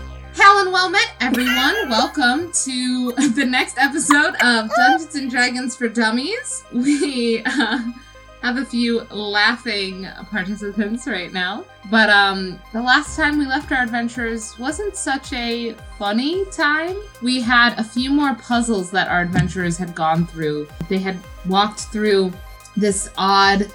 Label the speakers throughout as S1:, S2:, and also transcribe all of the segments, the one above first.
S1: and well met, everyone. Welcome to the next episode of Dungeons and Dragons for Dummies. We uh, have a few laughing participants right now, but um, the last time we left our adventurers wasn't such a funny time. We had a few more puzzles that our adventurers had gone through. They had walked through this odd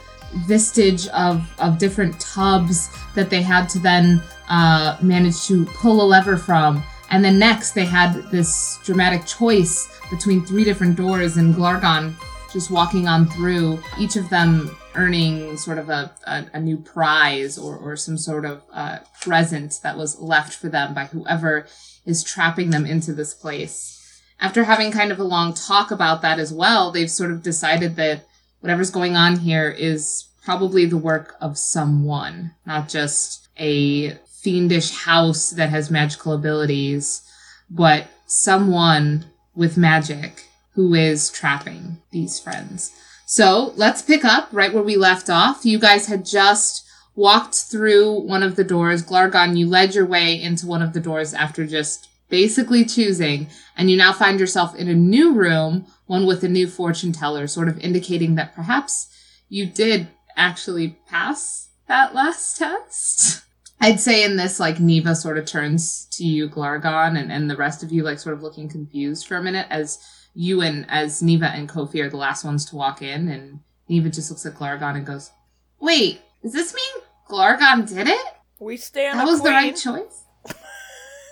S1: vestige of of different tubs that they had to then uh, managed to pull a lever from. And then next, they had this dramatic choice between three different doors, and Glargon just walking on through, each of them earning sort of a, a, a new prize or, or some sort of uh, present that was left for them by whoever is trapping them into this place. After having kind of a long talk about that as well, they've sort of decided that whatever's going on here is probably the work of someone, not just a fiendish house that has magical abilities, but someone with magic who is trapping these friends. So let's pick up right where we left off. You guys had just walked through one of the doors. Glargon, you led your way into one of the doors after just basically choosing, and you now find yourself in a new room, one with a new fortune teller, sort of indicating that perhaps you did actually pass that last test. I'd say in this, like Neva sort of turns to you, Glargon, and, and the rest of you, like sort of looking confused for a minute as you and as Neva and Kofi are the last ones to walk in, and Neva just looks at Glargon and goes, "Wait, does this mean Glargon did it?
S2: We stand
S1: That
S2: a
S1: was the
S2: queen.
S1: right choice."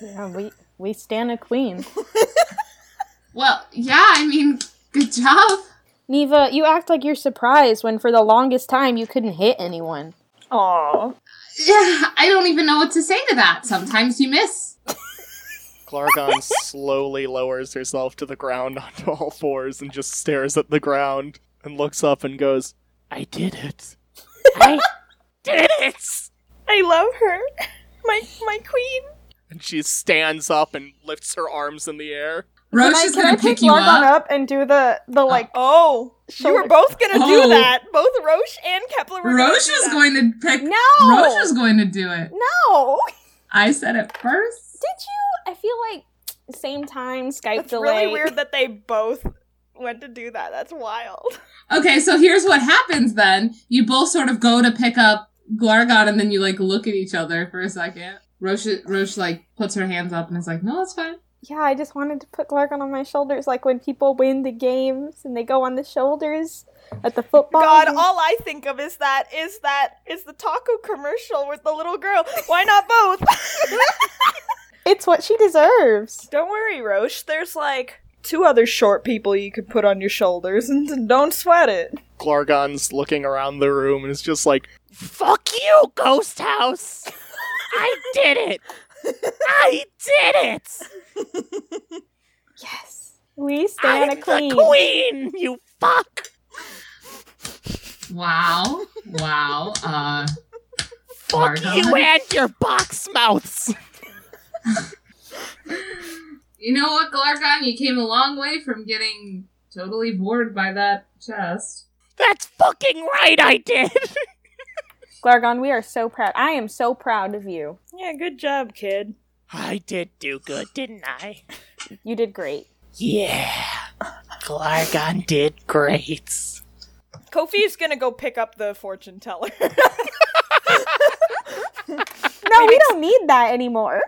S3: Yeah, we we stand a queen.
S1: Well, yeah, I mean, good job.
S3: Neva, you act like you're surprised when for the longest time you couldn't hit anyone.
S2: Aw.
S1: Yeah, I don't even know what to say to that. Sometimes you miss.
S4: Glargon slowly lowers herself to the ground onto all fours and just stares at the ground and looks up and goes, I did it. I did it!
S2: I love her. My my queen.
S4: And she stands up and lifts her arms in the air.
S1: Roche is gonna pick you up.
S3: and do the the like?
S2: Oh, you were
S3: Shoulder-
S2: both gonna
S1: Oh.
S2: do that. Both Roche and Kepler were
S1: Roche
S2: gonna do
S1: was
S2: that.
S1: going to pick.
S3: No!
S1: Roche was going to do it.
S3: No,
S1: I said it first.
S3: did you? I feel like same time Skype
S2: It's
S3: delay.
S2: really weird that they both went to do that. That's wild.
S1: Okay, so here's what happens then. You both sort of go to pick up Glargon and then you like look at each other for a second. Roche Roche like puts her hands up and is like, No, it's fine.
S3: Yeah, I just wanted to put Glargon on my shoulders, like when people win the games and they go on the shoulders at the football.
S2: God,
S3: game.
S2: all I think of is that is that is the taco commercial with the little girl. Why not both?
S3: it's what she deserves.
S2: Don't worry, Roche. There's like two other short people you could put on your shoulders, and don't sweat it.
S4: Glargon's looking around the room and is just like, Fuck you, Ghost House! I did it! I did it!
S3: Yes, we stand a queen.
S4: queen, you fuck!
S1: Wow. Wow. Uh
S4: Fuck
S1: Glargon.
S4: you and your box mouths!
S1: You know what, Glargon? You came a long way from getting totally bored by that chest.
S4: That's fucking right, I did!
S3: Glargon, we are so proud. I am so proud of you.
S2: Yeah, good job, kid.
S4: I did do good, didn't I?
S3: You did great.
S4: Yeah. Glargon did great.
S2: Kofi's gonna go pick up the fortune teller.
S3: No, we don't need that anymore.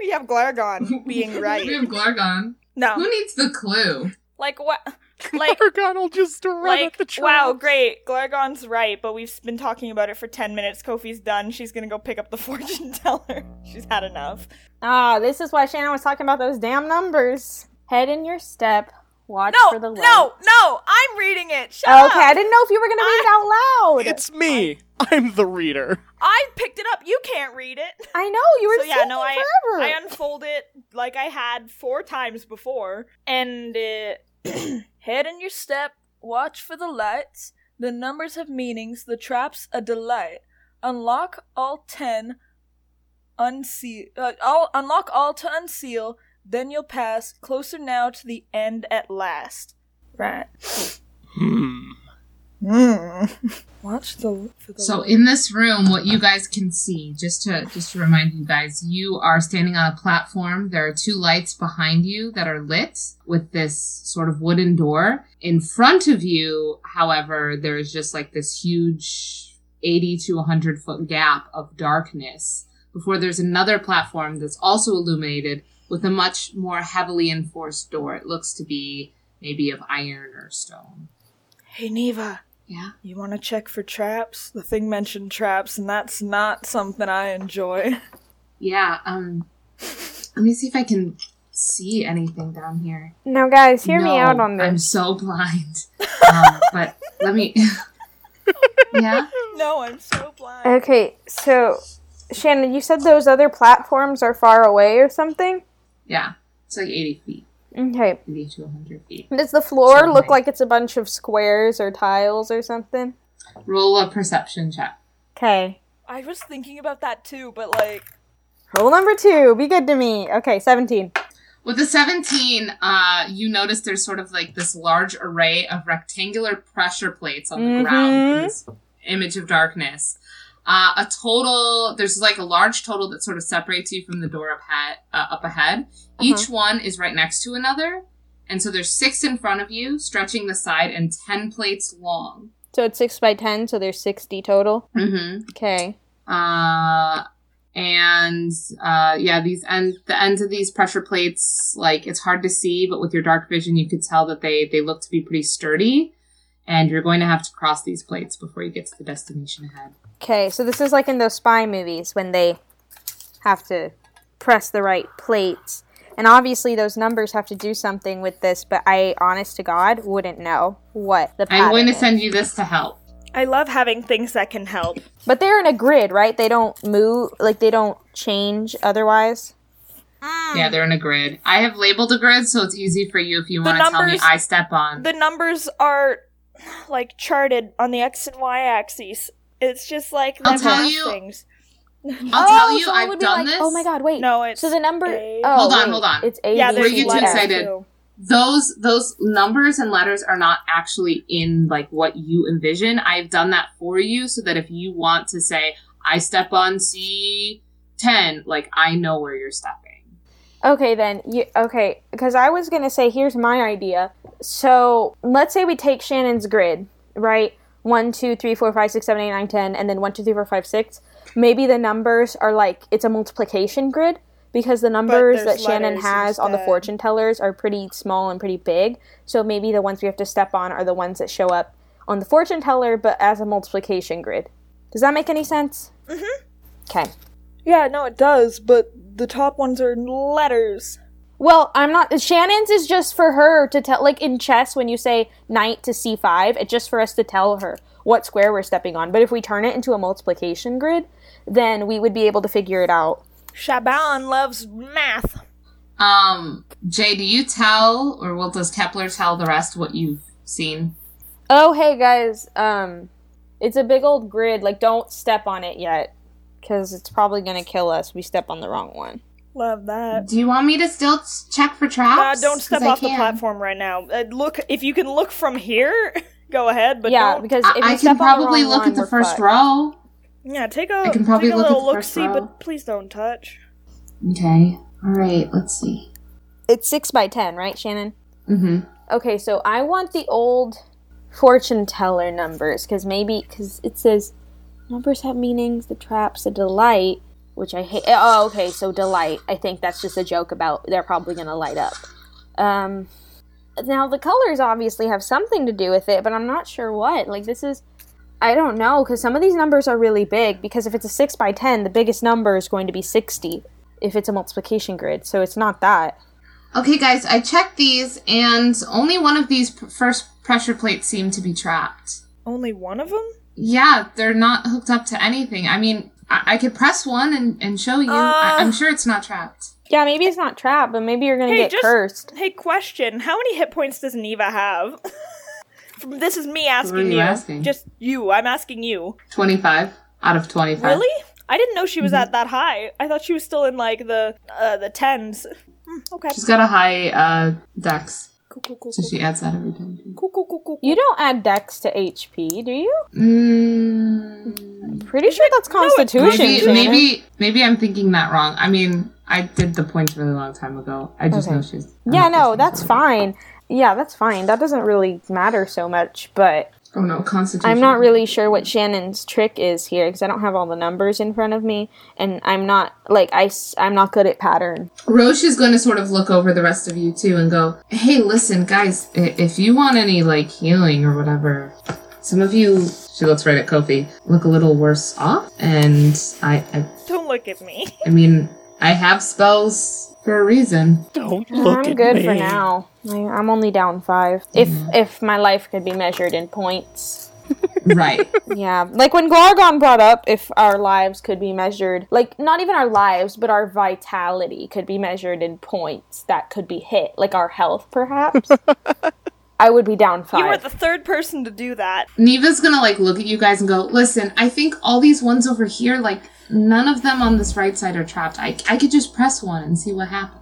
S2: we have Glargon being
S1: we
S2: right. Oh.
S1: have Glargon. Who
S2: No,
S1: needs the clue?
S2: like what? Like
S4: Glargon will just run at
S2: like
S4: the trap.
S2: wow, great. Glargon's right, but we've been talking about it for ten minutes. Kofi's done. She's gonna go pick up the fortune teller. She's had enough.
S3: Ah, this is why Shannon was talking about those damn numbers. Head in your step. Watch
S2: No,
S3: for the
S2: no,
S3: light.
S2: no! I'm reading it. Shut
S3: Oh,
S2: up.
S3: okay, I didn't know if you were gonna read it out loud.
S4: It's me. I'm the reader.
S2: I picked it up. You can't read it.
S3: I know you were
S2: So, yeah, no,
S3: thinking
S2: I-
S3: forever.
S2: I unfold it like I had four times before, and it head in your step, watch for the lights. The numbers have meanings. The traps a delight. Unlock all ten. Unseal. Uh, all unlock all to unseal. Then you'll pass closer now to the end at last. Right.
S4: Hmm.
S2: Watch the. For the
S1: So in this room, what you guys can see, just to just to remind you guys, you are standing on a platform. There are two lights behind you that are lit with this sort of wooden door. In front of you, however, there is just like this huge 80 to 100 foot gap of darkness before there's another platform that's also illuminated with a much more heavily enforced door. It looks to be maybe of iron or stone.
S2: hey, Neva.
S1: Yeah.
S2: You want to check for traps? The thing mentioned traps, and that's not something I enjoy.
S1: Yeah, um let me see if I can see anything down here.
S3: Now, guys, hear me
S1: No,
S3: out on this.
S1: I'm so blind. um, but let me Yeah.
S2: No, I'm so blind.
S3: Okay, so Shannon, you said those other platforms are far away or something.
S1: Yeah. It's like 80 feet,
S3: Okay,
S1: 80 to 100 feet.
S3: does the floor
S1: Sure,
S3: look
S1: mate.
S3: like it's a bunch of squares or tiles or something?
S1: Roll a perception check.
S3: Okay,
S2: I was thinking about that too, but like,
S3: rule number two: be good to me. Okay, seventeen.
S1: With the 17, uh, you notice there's sort of like this large array of rectangular pressure plates on the ground in
S3: Mhm.
S1: this image of darkness. Uh, a total, there's like a large total that sort of separates you from the door up, ha- uh, up ahead. Each one is right next to another. And so there's six in front of you, stretching the side, and 10 plates long.
S3: So it's six by ten, so there's sixty total.
S1: Mm-hmm.
S3: Okay.
S1: Uh, and uh, yeah, these end the ends of these pressure plates, like it's hard to see, but with your dark vision, you could tell that they they look to be pretty sturdy. And you're going to have to cross these plates before you get to the destination ahead.
S3: Okay, so this is like in those spy movies when they have to press the right plates. And obviously, those numbers have to do something with this, but I, honest to God, wouldn't know what the pattern
S1: I'm going to
S3: is.
S1: send you this to help.
S2: I love having things that can help.
S3: But they're in a grid, right? They don't move, like they don't change otherwise. Hmm.
S1: Yeah, they're in a grid. I have labeled a grid, so it's easy for you if you
S2: The
S1: want to tell me
S2: numbers-
S1: I step on.
S2: The numbers are like charted on the x and y axes. It's just like
S1: I'll
S2: them
S1: tell
S2: math
S1: you-
S2: things.
S1: I'll tell you,
S3: Oh, so it
S1: I've
S3: would be
S1: done
S3: like,
S1: this.
S3: Oh my God! Wait.
S2: No, it's
S3: So the number.
S2: A.
S3: Oh,
S1: Hold on,
S3: wait,
S1: hold on.
S3: It's A.
S2: yeah,
S3: B,
S2: there's
S1: Before you get
S3: C, E,
S1: too
S3: F.
S1: excited. those those numbers and letters are not actually in like what you envision i've done that for you so that if you want to say i step on c10 like i know where you're stepping
S3: Okay, then you okay? Because I was gonna say, here's my idea. So let's say we take Shannon's grid, right? One, two, three, four, five, six, seven, eight, nine, ten, and then one, two, three, four, five, six. Maybe the numbers are like it's a multiplication grid because the numbers that
S2: there's
S3: Shannon
S2: letters
S3: has on the
S2: instead.
S3: fortune tellers are pretty small and pretty big. So maybe the ones we have to step on are the ones that show up on the fortune teller, but as a multiplication grid. Does that make any sense? Mm-hmm. Okay.
S2: Yeah, no, it does, but the top ones are letters.
S3: Well, I'm not. Shannon's is just for her to tell. Like in chess, when you say knight to c5, it's just for us to tell her what square we're stepping on. But if we turn it into a multiplication grid, then we would be able to figure it out.
S2: Shaban loves math.
S1: um jay do you tell or will does kepler tell the rest what you've seen
S3: Oh, hey guys. Um, it's a big old grid. Like, don't step on it yet, because it's probably gonna kill us. We step on the wrong one.
S2: Love that.
S1: do you want me to still s- check for
S2: Uh,
S1: traps
S2: don't step
S1: 'Cause I
S2: off the
S1: can.
S2: platform right now. Uh, look, if you can look from here, go ahead. But
S3: yeah,
S2: don't-
S3: because if
S1: I,
S3: we
S1: I
S3: step
S1: can
S3: on the
S1: probably
S3: wrong
S1: look
S3: one,
S1: at the
S3: we're
S1: first
S3: fucked.
S1: row
S2: yeah, take a
S1: I can probably
S2: take a
S1: look at
S2: little
S1: the
S2: look
S1: first
S2: see,
S1: row.
S2: but please don't touch.
S1: okay all right let's see
S3: It's six by ten, right, Shannon?
S1: mm-hmm
S3: Okay, so I want the old fortune teller numbers because maybe because it says numbers have meanings. The traps a delight, which I hate. Oh, okay, so delight. I think that's just a joke about they're probably gonna light up. Um, now the colors obviously have something to do with it, but I'm not sure what. Like this is, I don't know because some of these numbers are really big. Because if it's a six by ten, the biggest number is going to be sixty if it's a multiplication grid. So it's not that.
S1: Okay, guys, I checked these, and only one of these p- first pressure plates seemed to be trapped.
S2: Only one of them.
S1: Yeah, they're not hooked up to anything. I mean, I, I could press one and, and show you. I-
S2: Uh.
S1: I'm sure it's not trapped.
S3: Yeah, maybe it's not trapped, but maybe you're gonna
S2: Hey,
S3: get
S2: just-
S3: cursed.
S2: Hey, question: How many hit points does Neva have? From- this is me
S1: Who are
S2: asking
S1: you
S2: you.
S1: asking?
S2: Just you. I'm asking you.
S1: 25 out of 25.
S2: Really? I didn't know she was
S1: Mm-hmm.
S2: at that high. I thought she was still in like the uh, the tens. Hmm, okay.
S1: She's got a high uh, dex,
S2: Cool, cool, cool,
S1: so she adds that every time.
S2: cool, cool, cool,
S3: You don't add dex to HP, do you?
S1: Mm,
S3: Pretty sure that's Constitution.
S1: maybe,
S3: Shannon.
S1: maybe, maybe I'm thinking that wrong. I mean, I did the points a really long time ago. I just
S3: Okay.
S1: know she's.
S3: Yeah, no, that's fine. Yeah, that's fine. That doesn't really matter so much, but
S1: Oh no, Constitution.
S3: I'm
S4: Mm-hmm.
S3: not really sure what Shannon's trick is here because I don't have all the numbers in front of me, and I'm not like I am not good at pattern.
S1: Roche is going to sort of look over the rest of you too and go, "Hey, listen, guys, i- if you want any like healing or whatever, some of you." She looks right at Kofi. Look a little worse off, and I, I,
S2: Don't look at me.
S1: I mean, I have spells for a reason.
S4: Don't look
S3: I'm
S4: at
S3: good
S4: me. Mm-hmm.
S3: for now. I, I'm only down five. If if my life could be measured in points.
S1: right.
S3: Yeah, like when Gorgon brought up if our lives could be measured, like not even our lives, but our vitality could be measured in points that could be hit, like our health perhaps. I would be down five.
S2: You were the third person to do that.
S1: Neva's gonna like look at you guys and go, listen, I think all these ones over here, like none of them on this right side are trapped. I, I could just press one and see what happens.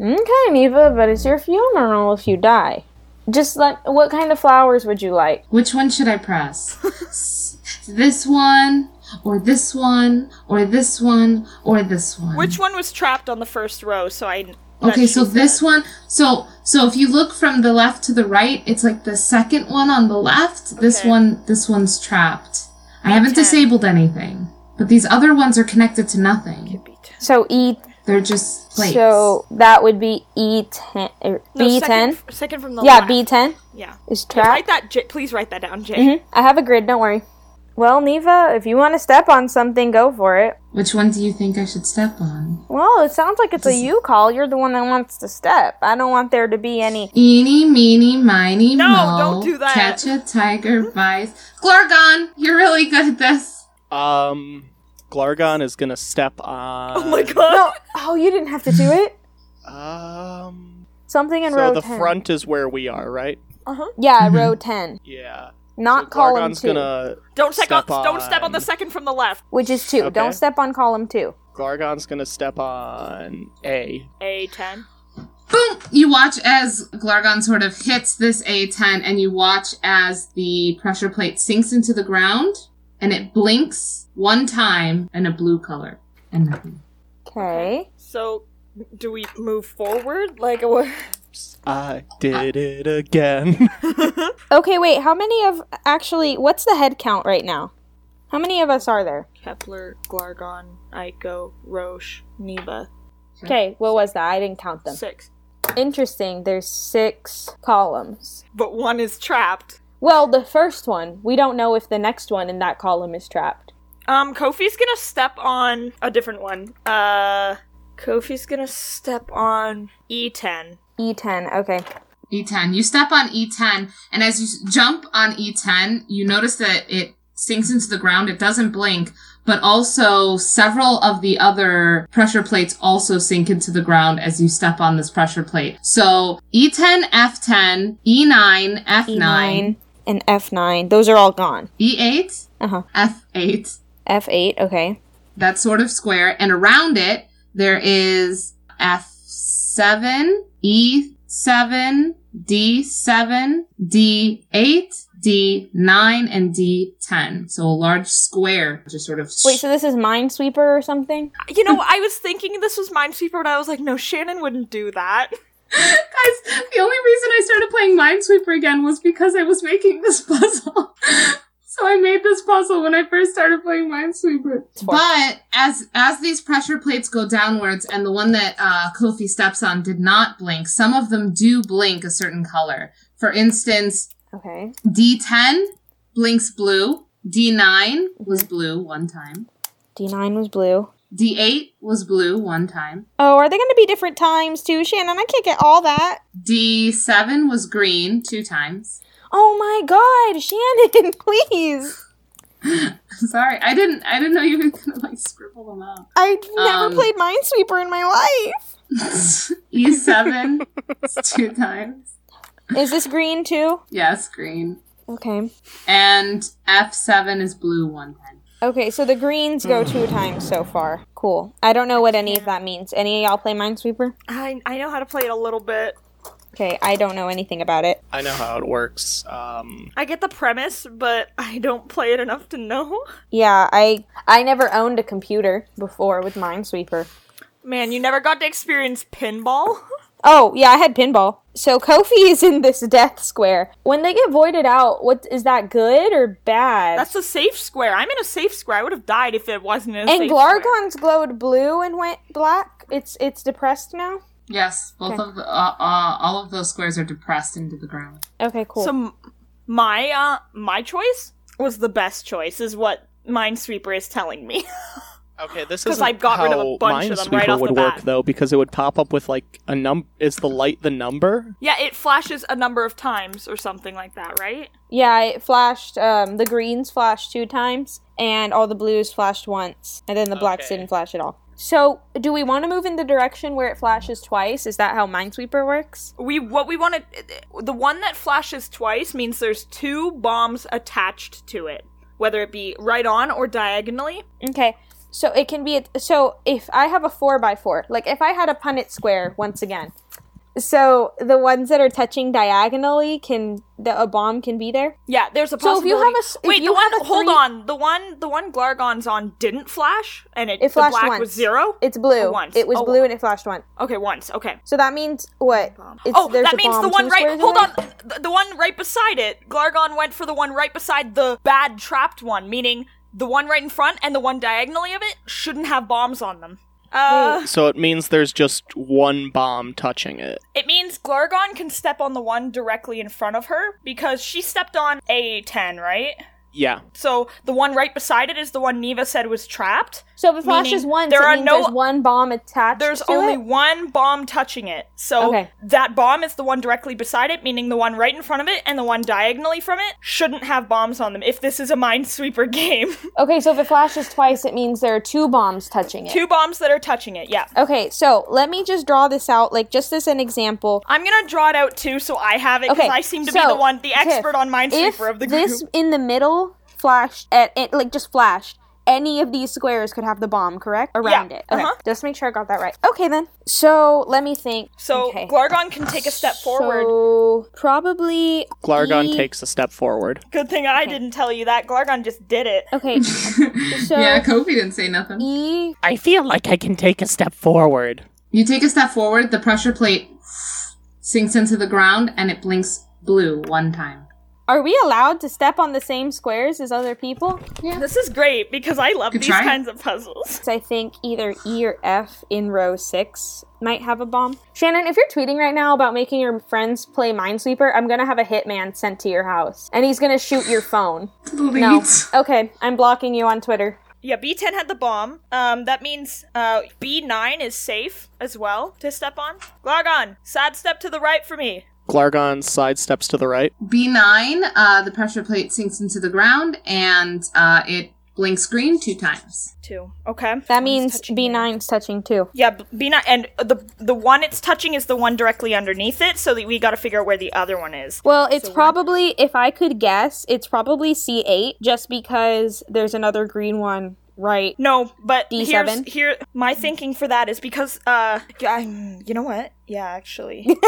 S3: Okay, Neva, but it's your funeral if you die. Just let. What kind of flowers would you like?
S1: Which one should I press? S- this one, or this one, or this one, or this one.
S2: Which one was trapped on the first row? So I. that
S1: Okay, so
S2: she
S1: this
S2: said.
S1: one, so so if you look from the left to the right, it's like the second one on the left. This
S2: Okay.
S1: one, this one's trapped. I haven't disabled anything, but these other ones are connected to nothing.
S3: So E.
S1: They're just plates.
S3: So that would be E ten. er,
S2: No,
S3: B ten.
S2: second, f- second from the
S3: Yeah,
S2: left.
S3: B ten
S2: Yeah.
S3: is
S2: Write
S3: trapped.
S2: that. J- please write that down, Jay.
S3: Mhm. I have a grid. Don't worry. Well, Neva, if you want to step on something, go for it.
S1: Which one do you think I should step on?
S3: Well, it sounds like it's a you call. You're the one that wants to step. I don't want there to be any.
S1: Eeny, meeny, miny,
S2: No,
S1: moe.
S2: don't do that.
S1: Catch a tiger by his- Glorgon, you're really good at this.
S4: Um, Glargon is gonna step on.
S2: Oh my god.
S3: No. Oh, you didn't have to do it.
S4: Um,
S3: Something in row
S4: so the
S3: ten.
S4: front is where we are, right?
S2: Uh-huh.
S3: Yeah,
S1: Mhm.
S3: row ten.
S4: Yeah.
S3: Not
S4: so
S3: column
S4: Glargon's
S3: two,
S4: gonna
S2: Don't step
S4: Step
S2: on. Don't step on the
S4: on.
S2: second from the left.
S3: which is two.
S4: Okay.
S3: Don't step on column two.
S4: Glargon's gonna step on A.
S2: A ten.
S1: Boom! You watch as Glargon sort of hits this A10, and you watch as the pressure plate sinks into the ground, and it blinks one time in a blue color. And nothing.
S3: Okay.
S2: So, do we move forward? Like what?
S4: I did it again.
S3: Okay, wait. How many of actually? What's the head count right now? How many of us are there?
S2: Kepler, Glargon, Ico, Roche, Neva.
S3: Okay, what was that? I didn't count them.
S2: Six.
S3: Interesting. There's six columns.
S2: But one is trapped.
S3: Well, the first one. We don't know if the next one in that column is trapped.
S2: Um, Kofi's gonna step on a different one. Uh, Kofi's gonna step on E E10.
S3: E10. E Okay.
S1: E10. E You step on E10, and as you s- jump on E10, you notice that it sinks into the ground. It doesn't blink, but also several of the other pressure plates also sink into the ground as you step on this pressure plate. So E E10, F10, E9, F9,
S3: E9 E and F9. Those are all gone.
S1: E E8,
S3: Uh huh.
S1: F8,
S3: F8. Okay.
S1: that sort of square, and around it there is E F7, E7, D7, D8, D9, and D10. So a large square, just sort of.
S3: Wait. So this is Minesweeper or something?
S2: You know, I was thinking this was Minesweeper, but I was like, no, Shannon wouldn't do that.
S1: Guys, the only reason I started playing Minesweeper again was because I was making this puzzle. so I made this puzzle when I first started playing Minesweeper. But as as these pressure plates go downwards, and the one that uh, Kofi steps on did not blink, some of them do blink a certain color. For instance,
S3: Okay.
S1: D10 blinks blue. D9 was blue one time.
S3: D9 was blue.
S1: D8 was blue one time.
S3: Oh, are they going to be different times too, Shannon? I can't get all that.
S1: D7 was green two times.
S3: Oh my God, Shannon! Please.
S1: Sorry, I didn't. I didn't know you were gonna like scribble them out.
S3: I've never
S1: Um,
S3: played Minesweeper in my life.
S1: E seven two times.
S3: Is this green too?
S1: Yes, green.
S3: Okay.
S1: And F seven is blue one time.
S3: Okay, so the greens go two times so far. Cool. I don't know what any of that means. Any of y'all play Minesweeper?
S2: I, I know how to play it a little bit.
S3: Okay, I don't know anything about it.
S4: I know how it works. Um,
S2: I get the premise, but I don't play it enough to know.
S3: Yeah, I I never owned a computer before with Minesweeper.
S2: Man, you never got to experience pinball.
S3: Oh, yeah, I had pinball. So Kofi is in this death square. When they get voided out, what is that good or bad?
S2: That's a safe square. I'm in a safe square. I would have died if it wasn't in a
S3: and
S2: safe square.
S3: Glargon's glowed blue and went black. It's it's depressed now.
S1: Yes, both
S3: Okay.
S1: of the, uh, uh, all of those squares are depressed into the ground.
S3: Okay, cool.
S2: So m- my uh my choice was the best choice, is what Minesweeper is telling me.
S4: okay, this
S2: 'Cause
S4: is
S2: I got rid of a bunch of them right off the
S4: would work
S2: bat.
S4: though, because it would pop up with like a num. Is the light the number?
S2: yeah, it flashes a number of times or something like that, right?
S3: yeah, it flashed. Um, the greens flashed two times, and all the blues flashed once, and then the blacks
S4: Okay.
S3: didn't flash at all. So, do we want to move in the direction where it flashes twice? Is that how Minesweeper works?
S2: We what we wanted the one that flashes twice means there's two bombs attached to it, whether it be right on or diagonally.
S3: Okay. So it can be a, so if I have a four by four, like if I had a Punnett square once again. So the ones that are touching diagonally can the a bomb can be there.
S2: Yeah, there's a
S3: So if
S2: possibility.
S3: you have a s- if
S2: wait,
S3: you
S2: the one
S3: have a
S2: hold
S3: three-
S2: on, the one the one Glargon's on didn't flash, and it,
S3: It flashed
S2: the black
S3: once.
S2: was zero.
S3: It's blue.
S2: Oh, once.
S3: It was
S2: Oh.
S3: blue and it flashed one.
S2: okay, once. Okay.
S3: So that means what? It's,
S2: oh,
S3: there's
S2: that
S3: a
S2: means the
S3: bomb
S2: one
S3: two
S2: right.
S3: squares
S2: Hold
S3: away?
S2: on, the, the one right beside it. Glargon went for the one right beside the bad trapped one, meaning the one right in front and the one diagonally of it shouldn't have bombs on them. Uh,
S4: So it means there's just one bomb touching it.
S2: it means Glargon can step on the one directly in front of her because she stepped on A10, right?
S4: Yeah.
S2: So the one right beside it is the one Neva said was trapped.
S3: So if it flashes
S2: Meaning
S3: once,
S2: there
S3: it
S2: are
S3: means
S2: no-
S3: there's one bomb attached.
S2: There's
S3: to
S2: only
S3: it?
S2: one bomb touching it. So
S3: Okay.
S2: that bomb is the one directly beside it, meaning the one right in front of it and the one diagonally from it shouldn't have bombs on them if this is a minesweeper game.
S3: Okay, so if it flashes twice, it means there are two bombs touching it.
S2: Two bombs that are touching it, yeah.
S3: Okay, so let me just draw this out, like just as an example.
S2: I'm gonna draw it out too so I have it because
S3: Okay,
S2: I seem to be
S3: so,
S2: the one, the expert
S3: Tiff,
S2: on
S3: if
S2: minesweeper of the group.
S3: this in the middle flashed at it, like just flashed any of these squares could have the bomb correct around it okay
S2: uh-huh.
S3: just make sure i got that right okay then so let me think
S2: so
S3: okay.
S2: Glargon can take a step forward.
S3: so probably
S4: Glargon
S3: E-
S4: takes a step forward.
S2: Good thing I didn't tell you that. Glargon just did it.
S3: okay So-
S1: yeah, Kofi didn't say nothing.
S3: e
S4: I feel like I can take a step forward.
S1: You take a step forward, the pressure plate sinks into the ground, and it blinks blue one time.
S3: are we allowed to step on the same squares as other people
S2: This is great because I love
S1: Good
S2: these
S1: try.
S2: kinds of puzzles.
S3: So i think either e or f in row six might have a bomb shannon if you're tweeting right now about making your friends play minesweeper i'm gonna have a hitman sent to your house and he's gonna shoot your phone No.
S1: Delete.
S3: Okay, I'm blocking you on Twitter.
S2: Yeah, B10 had the bomb. Um, that means uh, B9 is safe as well to step on. Glargon, side step to the right for me.
S4: Glargon sidesteps to the right.
S1: B9, uh, the pressure plate sinks into the ground, and uh, it blinks green two times.
S2: Two. Okay.
S3: That means B9's touching too.
S2: Yeah, b- B9, and the the one it's touching is the one directly underneath it, so that we got to figure out where the other one is.
S3: Well, it's probably, if I could guess, it's probably C8 just because there's another green one right.
S2: No, but
S3: D7?
S2: here's here my thinking for that is because uh I, you know what? Yeah, actually.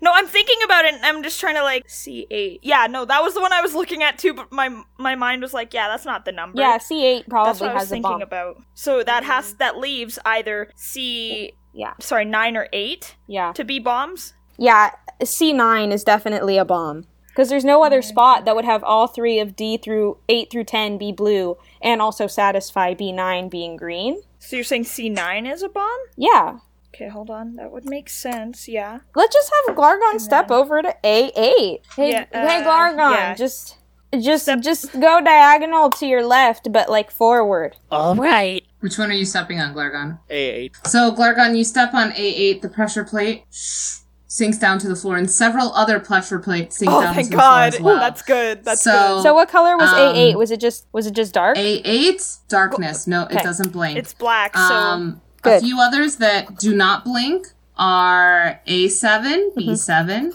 S2: no, I'm thinking about it and I'm just trying to like C8. Yeah, no, that was the one I was looking at too, but my my mind was like, yeah, that's not the number.
S3: Yeah, C8
S2: that's
S3: probably
S2: what I was
S3: has a
S2: thinking
S3: bomb.
S2: about. So that has that leaves either C
S3: Yeah.
S2: sorry, 9 or 8
S3: yeah.
S2: to be bombs.
S3: Yeah, C9 is definitely a bomb. Because there's no other spot that would have all three of D through 8 through 10 be blue and also satisfy B9 being green.
S2: So you're saying C9 is a bomb?
S3: Yeah.
S2: Okay, hold on. That would make sense. Yeah.
S3: Let's just have Glargon step over to A eight. Hey,
S2: Yeah,
S3: hey,
S2: uh,
S3: Glargon,
S2: yeah.
S3: just, just, just go diagonal to your left, but like forward.
S4: All right.
S1: Which one are you stepping on, Glargon?
S4: A8.
S1: So, Glargon, you step on A8, the pressure plate sinks down to the floor, and several other pressure plates
S2: Oh,
S1: sink down to the floor as well.
S2: That's good. That's
S1: so,
S3: So, what color was A
S1: um,
S3: eight? Was it just, was it just dark?
S1: A8, darkness. No,
S3: Okay.
S1: it doesn't blink.
S2: good. It's black, so
S1: Um, a
S3: Good.
S1: few others that do not blink are A7, B7,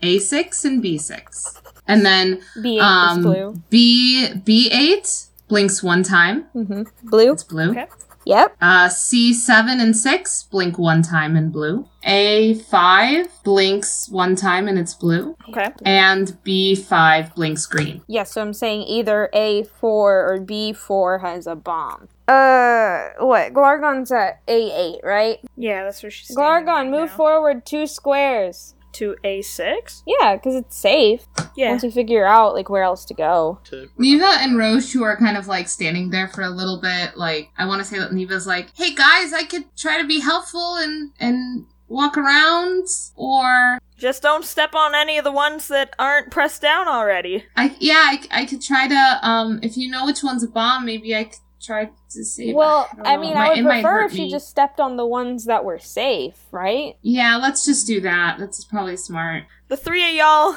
S1: A6, and B6. And then
S3: B eight
S1: um,
S3: is blue.
S1: B B8 blinks one time.
S3: hmm Blue.
S1: It's blue.
S2: Okay.
S3: Yep.
S1: Uh, C7 and 6 blink one time in blue. A5 blinks one time and it's blue.
S2: Okay.
S1: And B5 blinks green.
S3: Yeah, so I'm saying either A4 or B4 has a bomb. Uh, what? Glargon's at A8, right?
S2: Yeah, that's where she's. standing
S3: Glargon,
S2: right
S3: move
S2: now.
S3: forward two squares.
S2: to A6.
S3: Yeah, because it's safe.
S2: Yeah.
S3: Once we figure out, like, where else to go.
S4: To
S1: Neva and Roche, who are kind of like standing there for a little bit, like, I want to say that Neva's like, hey guys, I could try to be helpful and, and walk around, or
S2: Just don't step on any of the ones that aren't pressed down already.
S1: I, yeah, I, I could try to, um, if you know which one's a bomb, maybe I could try to save
S3: Well,
S1: don't
S3: I
S1: know.
S3: mean,
S1: Might-
S3: I
S1: it
S3: would
S1: might
S3: prefer
S1: hurt
S3: if she
S1: me.
S3: just stepped on the ones that were safe, right?
S1: Yeah, let's just do that. That's probably smart.
S2: The three of y'all,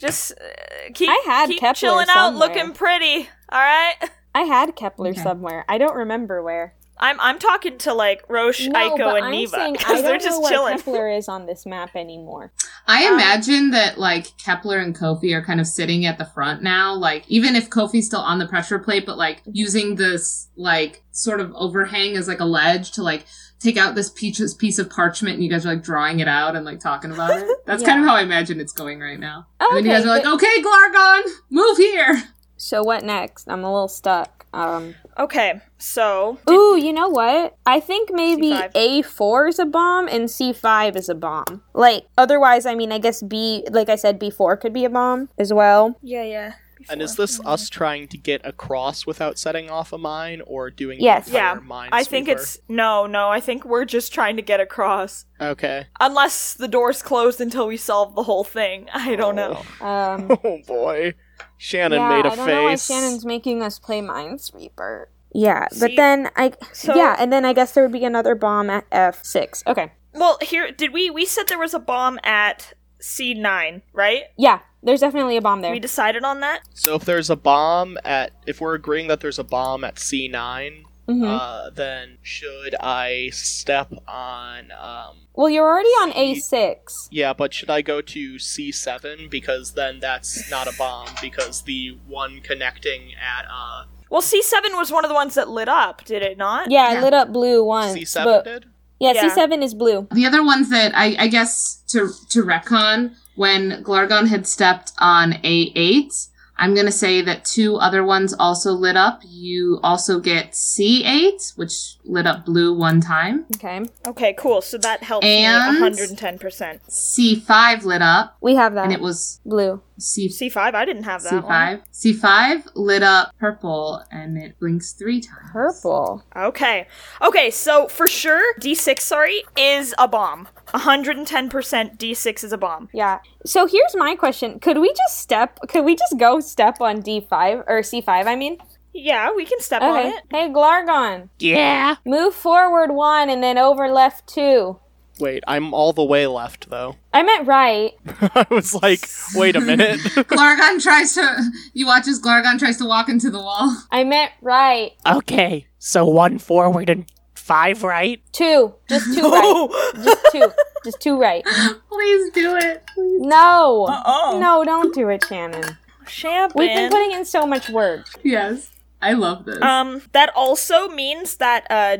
S2: just uh, keep
S3: I had
S2: keep
S3: Kepler
S2: chilling out,
S3: somewhere.
S2: looking pretty. All right.
S3: I had Kepler
S1: Okay.
S3: somewhere. I don't remember where.
S2: I'm I'm talking to like Roche, Aiko, and Neva
S3: saying
S2: because they're just chilling.
S3: Kepler is on this map anymore.
S1: I
S2: Um,
S1: imagine that like Kepler and Kofi are kind of sitting at the front now. Like even if Kofi's still on the pressure plate, but like using this like sort of overhang as like a ledge to like take out this peach this piece of parchment, and you guys are like drawing it out and like talking about it. That's kind of
S3: Yeah.
S1: how I imagine it's going right now.
S3: Oh,
S1: and then you guys are like,
S3: but-
S1: "Okay, Glargon, move here."
S3: So what next? I'm a little stuck. Um,
S2: Okay, so
S3: ooh, you know what? I think maybe
S2: C5.
S3: A4 is a bomb and C5 is a bomb. Like otherwise, I mean, I guess B, like I said, B4 could be a bomb as well.
S2: yeah, yeah.
S4: And is this us trying to get across without setting off a mine, or doing
S3: Yes.
S4: the entire
S2: Yeah,
S4: mine?
S2: I think
S4: sweeper?
S2: it's no, no. I think we're just trying to get across.
S4: okay.
S2: Unless the door's closed until we solve the whole thing. I don't know.
S3: Um,
S4: Oh boy, Shannon
S3: yeah,
S4: made a
S3: I don't
S4: face.
S3: know why Shannon's making us play Minesweeper. Yeah, but
S2: See,
S3: then I
S2: so-
S3: yeah, and then I guess there would be another bomb at F6. Okay,
S2: Well, here did we we said there was a bomb at C9, right?
S3: yeah, there's definitely a bomb there.
S2: We decided on that.
S4: So if there's a bomb at, if we're agreeing that there's a bomb at C 9
S3: Mhm.
S4: uh, then should I step on? Um,
S3: well, you're already on
S4: see-
S3: A6.
S4: yeah, but should I go to C seven because then that's not a bomb because the one connecting at uh,
S2: Well, C7 was one of the ones that lit up, did it not?
S3: Yeah, I
S1: Yeah.
S3: lit up blue once.
S4: C seven
S3: but-
S4: did.
S3: Yeah,
S2: Yeah.
S3: C7 is blue.
S1: The other ones that I, I guess to to retcon when Glargon had stepped on A eight, I'm gonna say that two other ones also lit up. You also get C eight, which lit up blue one time.
S3: Okay.
S2: Okay, cool. So that helps
S1: And-
S2: me 110%.
S1: C five lit up,
S3: We have that.
S1: and it was
S3: blue.
S1: C
S2: C5, I didn't have that
S1: C
S2: one.
S1: five. C five lit up purple, and it blinks three times.
S3: Purple.
S2: Okay. Okay, so for sure, D6, sorry, is a bomb. 110% D6 is a bomb.
S3: Yeah. So here's my question. Could we just step could we just go step on D5 or C5, I mean?
S2: Yeah, we can step on
S3: Okay.
S2: it.
S3: Hey Glargon.
S4: Yeah.
S3: Move forward 1 and then over left 2.
S4: Wait, I'm all the way left though.
S3: I meant right.
S4: I was like, wait a minute.
S1: Glargon tries to. You watch as Glargon tries to walk into the wall.
S3: I meant right.
S4: okay, so one forward and five right.
S3: 2. Just 2 right. Just 2. Just 2 right.
S1: Please do it.
S3: No.
S2: Uh-oh.
S3: No, don't do it, Shannon.
S2: Champagne.
S3: We've been putting in so much work.
S1: Yes, I love this.
S2: Um, that also means that uh,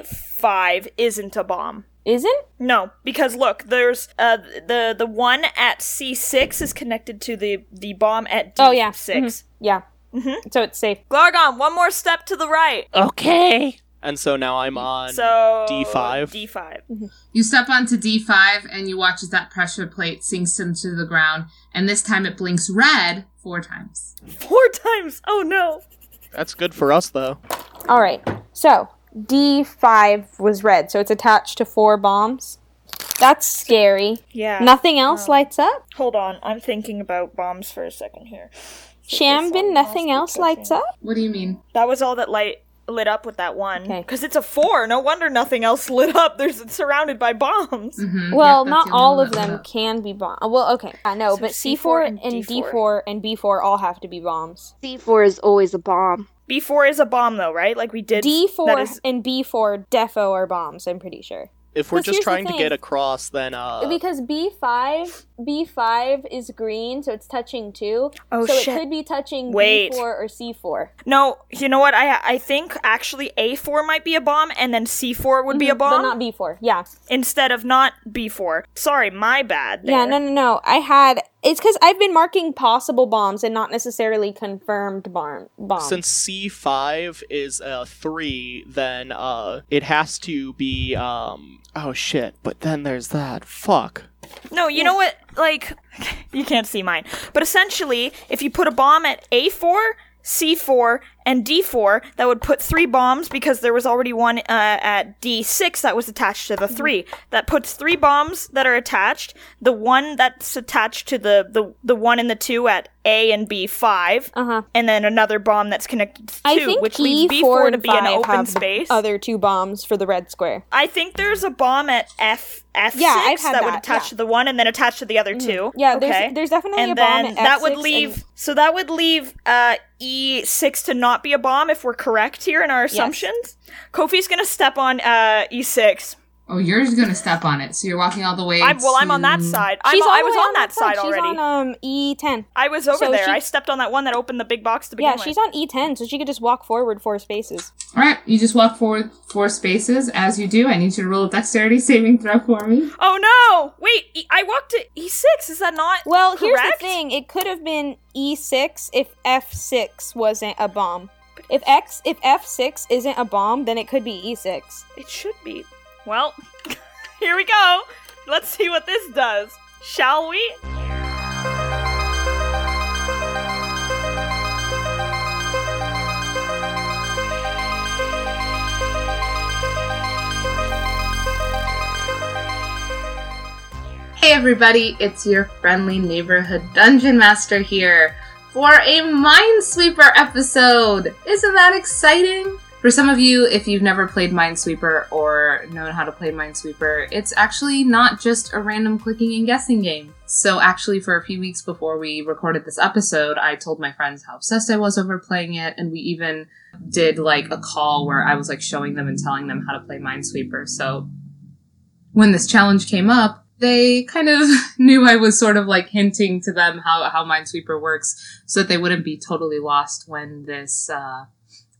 S2: D5 isn't a bomb.
S3: Isn't?
S2: No, because look, there's uh the the one at C6 is connected to the the bomb at D6.
S3: Oh, yeah. Yeah.
S2: Mhm.
S3: So it's safe.
S2: Glargon, one more step to the right.
S4: Okay. And so now I'm on.
S2: So
S4: D5.
S2: D5.
S1: You step onto D5 and you watch as that pressure plate sinks into the ground, and this time it blinks red four times.
S2: Four times. Oh no.
S4: That's good for us though.
S3: All right. So D5 was red, so it's attached to four bombs. That's scary.
S2: Yeah.
S3: Nothing else lights up.
S2: Hold on, I'm thinking about bombs for a second here.
S3: Shambin, nothing else lights up.
S1: What do you mean?
S2: That was all that light lit up with that one.
S3: Okay.
S2: Because it's a four. No wonder nothing else lit up. There's it's surrounded by bombs.
S1: Mhm,
S3: Well,
S1: yep, that's
S3: not
S1: the only
S3: all
S1: one
S3: of
S1: that lit
S3: them
S1: up.
S3: can be bombs. Well, okay, I know,
S2: So
S3: but
S2: C4
S3: C4
S2: and
S3: and
S2: D4.
S3: D4 and B4 all have to be bombs.
S5: C4 is always a bomb.
S2: B4 is a bomb though, right? Like we did. that
S3: D4
S2: is-
S3: and B4 defo are bombs. I'm pretty sure.
S4: If we're
S3: 'Cause
S4: just
S3: here's the
S4: trying to
S3: thing.
S4: get across, then uh,
S3: because B five B five is green, so it's touching two.
S2: Oh
S3: so
S2: shit.
S3: it could be touching
S2: Wait.
S3: B four or C four.
S2: No, you know what? I I think actually A4 might be a bomb and then C4 would be a bomb
S3: Mm-hmm, But not B four. Yeah.
S2: instead of not B4. Sorry, my bad.
S3: Yeah,
S2: there.
S3: no no no. I had it's because I've been marking possible bombs and not necessarily confirmed bomb bombs.
S4: since C five is a three, then uh, it has to be um. Oh shit! But then there's that. Fuck.
S2: No, you know what? Like, you can't see mine. But essentially, if you put a bomb at A4, C4, and D4, that would put three bombs because there was already one uh, at D6 that was attached to the
S3: Mm-hmm.
S2: three. That puts three bombs that are attached. The one that's attached to the the, the one and the two at A and B5,
S3: uh-huh.
S2: and then another bomb that's connected to two,
S3: I think
S2: which leaves
S3: E4
S2: B4 to
S3: and
S2: be an
S3: five
S2: open
S3: have the
S2: space.
S3: Other two bombs for the red square.
S2: I think there's a bomb at F F6
S3: Yeah, I've had
S2: would
S3: that,
S2: attach
S3: yeah. Mm-hmm.
S2: to the one and then attach to the other two.
S3: Yeah,
S2: okay.
S3: there's there's definitely a
S2: and
S3: bomb
S2: then
S3: at
S2: that would
S3: F6 and-
S2: leave so that would leave uh, E6 to not be a bomb if we're correct here in our assumptions. Kofi's gonna step on uh, E6.
S1: Oh, you're just gonna step on it. So you're walking all the way.
S2: I'm, well, I'm on that
S1: to-
S2: side. I'm,
S3: She's all
S2: I
S3: the
S2: was
S3: way
S2: on that side
S3: She's
S2: already.
S3: on um E10.
S2: I was over
S3: so
S2: there.
S3: she-
S2: I stepped on that one that opened the big box to begin
S3: Yeah,
S2: with.
S3: she's on E10, so she could just walk forward four spaces.
S1: All right, you just walk forward four spaces as you do. I need you to roll a dexterity saving throw for me.
S2: oh no! Wait, e- I walked to E6. Is that not?
S3: Well, here's the
S2: Correct?
S3: thing: it could have been E6 if F6 wasn't a bomb. If X, if F6 isn't a bomb, then it could be E E6.
S2: It should be. Well, here we go. Let's see what this does. Shall we?
S1: Hey everybody, it's your friendly neighborhood dungeon master here for a Minesweeper episode. Isn't that exciting? For some of you, if you've never played Minesweeper or known how to play Minesweeper, it's actually not just a random clicking and guessing game. So, actually, for a few weeks before we recorded this episode, I told my friends how obsessed I was over playing it, and we even did like a call where I was like showing them and telling them how to play Minesweeper. So, when this challenge came up, they kind of knew I was sort of like hinting to them how, how Minesweeper works so that they wouldn't be totally lost when this, uh,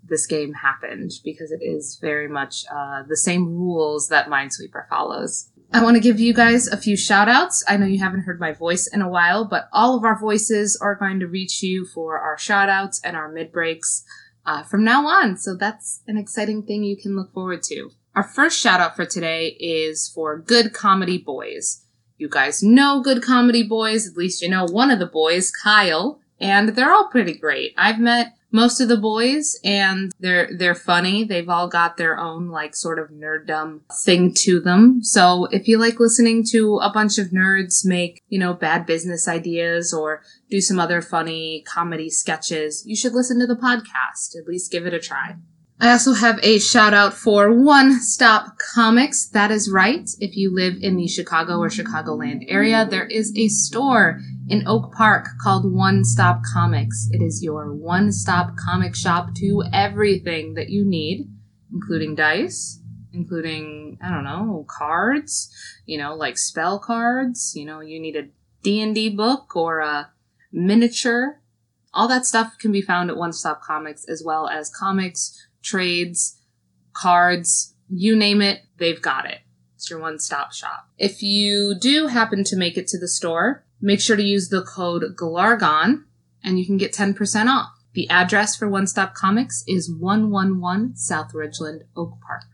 S1: this game happened because it is very much uh, the same rules that Minesweeper follows. I want to give you guys a few shout outs. I know you haven't heard my voice in a while, but all of our voices are going to reach you for our shout outs and our mid breaks uh, from now on. So that's an exciting thing you can look forward to. Our first shout out for today is for Good Comedy Boys. You guys know Good Comedy Boys, at least you know one of the boys, Kyle, and they're all pretty great. I've met most of the boys and they're they're funny. They've all got their own like sort of nerddom thing to them. So if you like listening to a bunch of nerds make, you know, bad business ideas or do some other funny comedy sketches, you should listen to the podcast. At least give it a try. I also have a shout out for One Stop Comics. That is right. If you live in the Chicago or Chicagoland area, there is a store in Oak Park called One Stop Comics. It is your one stop comic shop to everything that you need, including dice, including, I don't know, cards, you know, like spell cards, you know, you need a D&D book or a miniature. All that stuff can be found at One Stop Comics as well as comics, trades, cards, you name it, they've got it. It's your one stop shop. If you do happen to make it to the store, make sure to use the code GLARGON and you can get 10% off. The address for One Stop Comics is 111 South Ridgeland, Oak Park.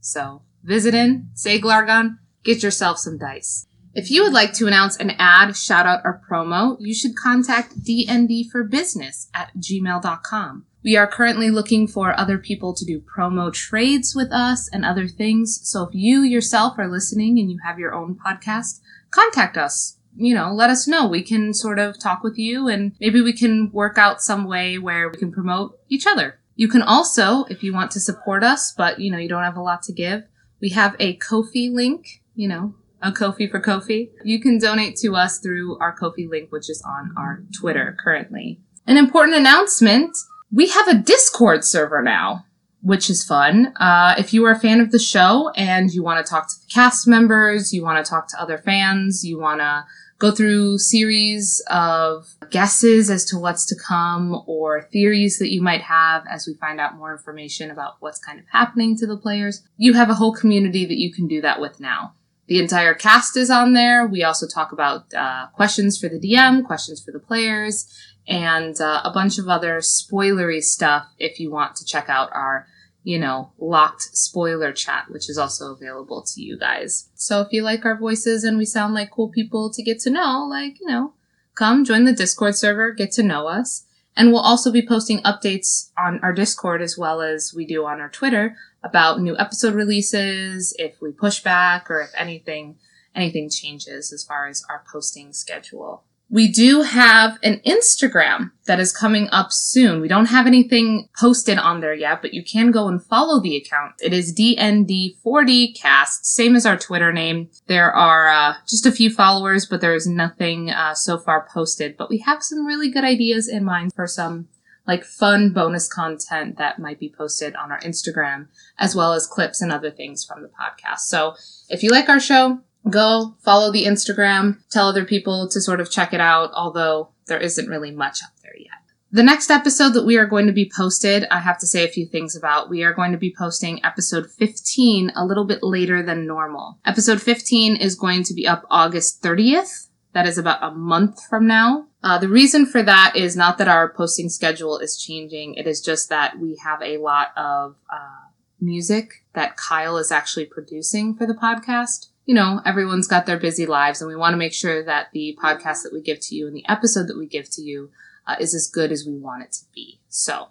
S1: So visit in, say Glargon, get yourself some dice. If you would like to announce an ad, shout out, or promo, you should contact DND for Business at gmail.com. We are currently looking for other people to do promo trades with us and other things. So if you yourself are listening and you have your own podcast, contact us. You know, let us know. We can sort of talk with you and maybe we can work out some way where we can promote each other. You can also, if you want to support us, but you know, you don't have a lot to give, we have a Kofi link, you know, a Kofi for Kofi. You can donate to us through our Kofi link, which is on our Twitter currently. An important announcement. We have a Discord server now. which is fun. Uh, if you are a fan of the show and you want to talk to the cast members, you want to talk to other fans, you want to go through series of guesses as to what's to come or theories that you might have as we find out more information about what's kind of happening to the players, you have a whole community that you can do that with now. The entire cast is on there. We also talk about uh, questions for the DM, questions for the players, and uh, a bunch of other spoilery stuff if you want to check out our you know locked spoiler chat which is also available to you guys so if you like our voices and we sound like cool people to get to know like you know come join the discord server get to know us and we'll also be posting updates on our discord as well as we do on our twitter about new episode releases if we push back or if anything anything changes as far as our posting schedule we do have an Instagram that is coming up soon. We don't have anything posted on there yet, but you can go and follow the account. It is DND40cast, same as our Twitter name. There are uh, just a few followers, but there is nothing uh, so far posted. But we have some really good ideas in mind for some like fun bonus content that might be posted on our Instagram, as well as clips and other things from the podcast. So if you like our show, go follow the Instagram, tell other people to sort of check it out, although there isn't really much up there yet. The next episode that we are going to be posted, I have to say a few things about. We are going to be posting episode 15 a little bit later than normal. Episode 15 is going to be up August 30th. That is about a month from now. Uh, the reason for that is not that our posting schedule is changing, it is just that we have a lot of uh, music that Kyle is actually producing for the podcast you know, everyone's got their busy lives, and we want to make sure that the podcast that we give to you and the episode that we give to you uh, is as good as we want it to be. So,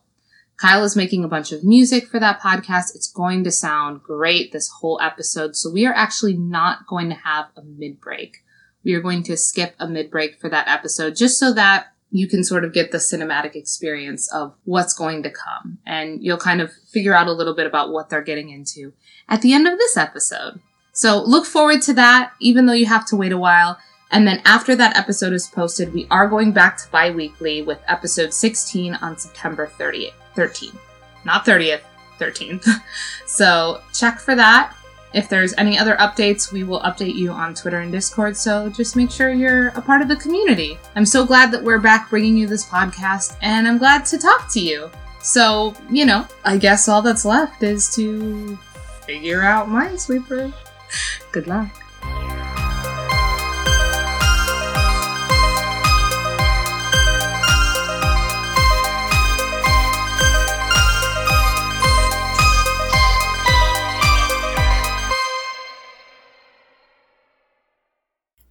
S1: Kyle is making a bunch of music for that podcast. It's going to sound great this whole episode. So, we are actually not going to have a mid break. We are going to skip a mid break for that episode just so that you can sort of get the cinematic experience of what's going to come. And you'll kind of figure out a little bit about what they're getting into at the end of this episode. So look forward to that, even though you have to wait a while. And then after that episode is posted, we are going back to bi weekly with episode 16 on September 30th, 13th. Not 30th, 13th. so check for that. If there's any other updates, we will update you on Twitter and Discord. So just make sure you're a part of the community. I'm so glad that we're back bringing you this podcast, and I'm glad to talk to you. So, you know, I guess all that's left is to figure out Minesweeper good luck.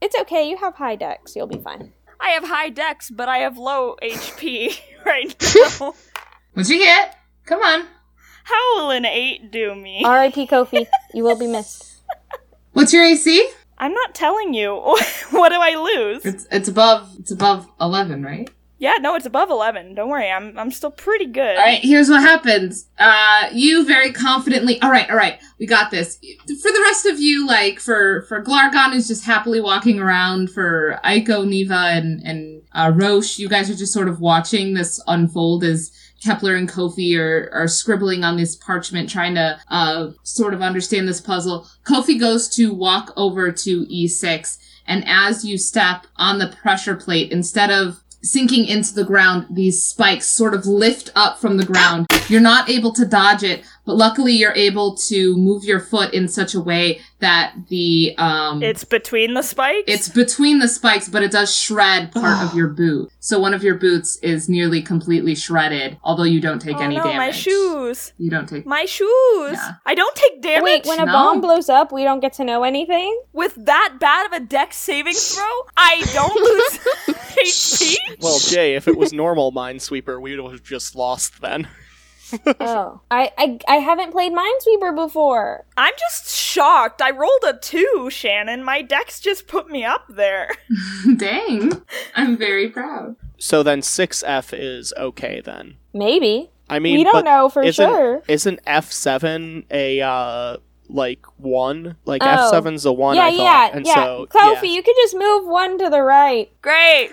S3: It's okay. You have high decks. You'll be fine.
S2: I have high dex, but I have low HP right now.
S1: What'd you get? Come on.
S2: How will an eight do me?
S3: R.I.P. Kofi. You will be missed.
S1: What's your AC?
S2: I'm not telling you. what do I lose?
S1: It's it's above it's above eleven, right?
S2: Yeah, no, it's above eleven. Don't worry, I'm I'm still pretty good.
S1: All right, here's what happens. Uh, you very confidently. All right, all right, we got this. For the rest of you, like for for Glargon is just happily walking around. For Aiko, Neva, and and uh, Roche, you guys are just sort of watching this unfold as Kepler and Kofi are, are scribbling on this parchment, trying to uh, sort of understand this puzzle. Kofi goes to walk over to E E6, and as you step on the pressure plate, instead of sinking into the ground, these spikes sort of lift up from the ground. You're not able to dodge it, but luckily you're able to move your foot in such a way that the um,
S2: It's between the spikes.
S1: it's between the spikes, but it does shred part of your boot. So one of your boots is nearly completely shredded, although you don't take
S2: oh,
S1: any
S2: no,
S1: damage.
S2: my shoes.
S1: You don't take.
S2: My shoes.
S1: Yeah.
S2: I don't take damage
S3: Wait, when a
S1: no.
S3: bomb blows up, we don't get to know anything?
S2: with that bad of a dex saving throw. I don't lose HP.
S4: Well, Jay, if it was normal Minesweeper, we would have just lost then.
S3: oh. I, I, I haven't played Minesweeper before.
S2: I'm just shocked. I rolled a two, Shannon. My dex just put me up there.
S1: Dang, I'm very proud.
S4: So then 6F is okay then.
S3: Maybe.
S4: I mean,
S3: we don't
S4: but
S3: know for
S4: isn't,
S3: sure.
S4: Isn't F7 a, uh, like, 1? Like,
S3: Oh.
S4: F7's a 1,
S3: yeah,
S4: I thought.
S3: yeah,
S4: and
S3: yeah.
S4: so,
S3: Clophy,
S4: yeah.
S3: you could just move one to the right.
S2: Great.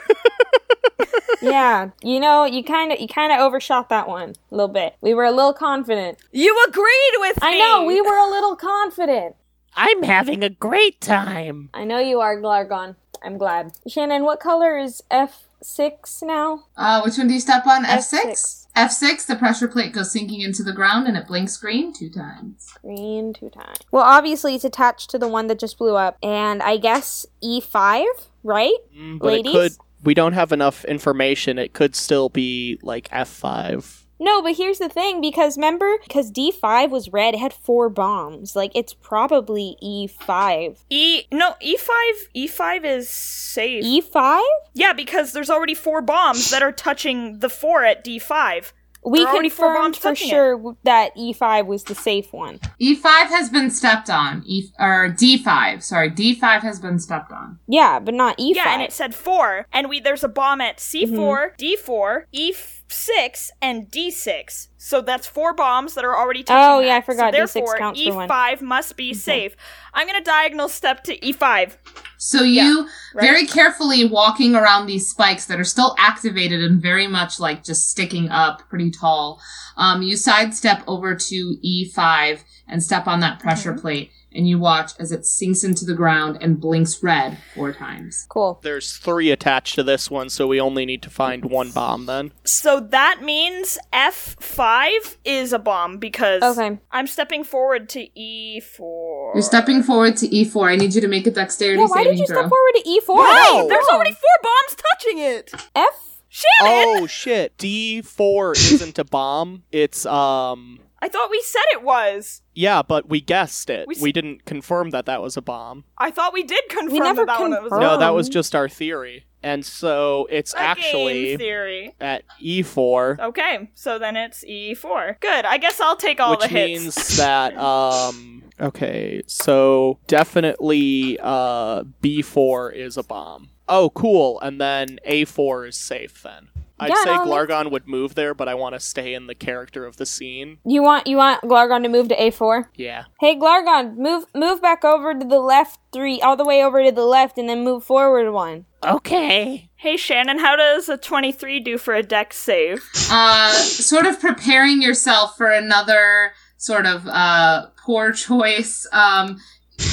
S3: yeah, you know, you kind of you kind of overshot that one a little bit. We were a little confident.
S2: You agreed with
S3: I
S2: me.
S3: know we were a little confident.
S4: I'm having a great time.
S3: I know you are, Glargon. I'm glad. Shannon, what color is F six now?
S1: Uh, which one do you step on?
S3: F6.
S1: F6? F6, the pressure plate goes sinking into the ground and it blinks green two times.
S3: Green two times. Well, obviously it's attached to the one that just blew up, and I guess E five, right?
S4: Mm, But
S3: Ladies?
S4: it could. We don't have enough information. It could still be like F5.
S3: No, but here's the thing because remember, because D5 was red, it had four bombs. Like, it's probably E5.
S2: E no E five E five is safe.
S3: E5?
S2: yeah, because there's already four bombs that are touching the four at D five.
S3: We
S2: There are already four
S3: confirmed
S2: bombs
S3: for
S2: touching it.
S3: sure w- that E5 was the safe one.
S1: E5 E has been stepped on. E- or D5, sorry. D5 has been stepped on.
S3: Yeah, but not E E5.
S2: Yeah, and it said four, and we there's a bomb at C
S3: Mm-hmm.
S2: 4 D four, E six, and D six. So that's four bombs that are already touching.
S3: Oh, yeah, I
S2: that. So
S3: forgot D6
S2: therefore,
S3: counts
S2: E
S3: for one. Mm-hmm.
S2: five must be safe. I'm gonna diagonal step to E five.
S1: So you
S2: right.
S1: very carefully walking around these spikes that are still activated and very much like just sticking up pretty tall. Um, you sidestep over to E5 and step on that pressure plate and you watch as it sinks into the ground and blinks red four times.
S3: Cool.
S4: There's three attached to this one, so we only need to find one bomb then.
S2: So that means F five is a bomb because
S3: Okay.
S2: I'm stepping forward to E four.
S1: You're stepping forward to E4. I need you to make a dexterity
S3: Yeah, why
S1: saving
S3: did you
S1: throw.
S3: step forward to E E4?
S2: Wait,
S4: No!
S2: there's already four bombs touching it.
S3: F?
S2: Shannon,
S4: Oh shit. D4 isn't a bomb. It's um
S2: I thought we said it was.
S4: yeah, but we guessed it.
S2: We s-
S4: We didn't confirm that that was a bomb.
S2: I thought we did confirm
S3: never
S2: that, that one was. a
S3: confirmed.
S4: No, that was
S3: Bomb?
S4: just our theory. And so it's
S2: A game
S4: actually
S2: theory.
S4: at E E4,
S2: Okay, so then it's E4. Good. I guess I'll take all the
S4: which
S2: hits.
S4: means that um okay, so definitely uh B4 is a bomb. Oh, cool. And then A4 is safe then. I'd
S3: Yeah,
S4: say
S3: no, let's-
S4: Glargon would move there, but I want to stay in the character of the scene.
S3: You want you want Glargon to move to A4?
S4: Yeah.
S3: Hey Glargon, move move back over to the left three, all the way over to the left, and then move forward one.
S4: Okay.
S2: hey Shannon, how does a 23 do for a deck save?
S1: uh, sort of preparing yourself for another sort of uh, poor choice. Um,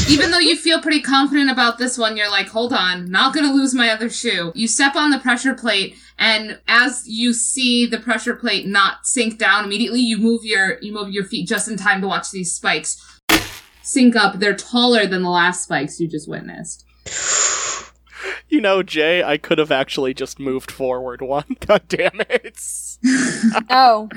S1: even though you feel pretty confident about this one, you're like, hold on, not gonna lose my other shoe. You step on the pressure plate, and as you see the pressure plate not sink down immediately, you move your you move your feet just in time to watch these spikes sink up. They're taller than the last spikes you just witnessed.
S4: You know, Jay, I could have actually just moved forward one. God damn it.
S3: Oh.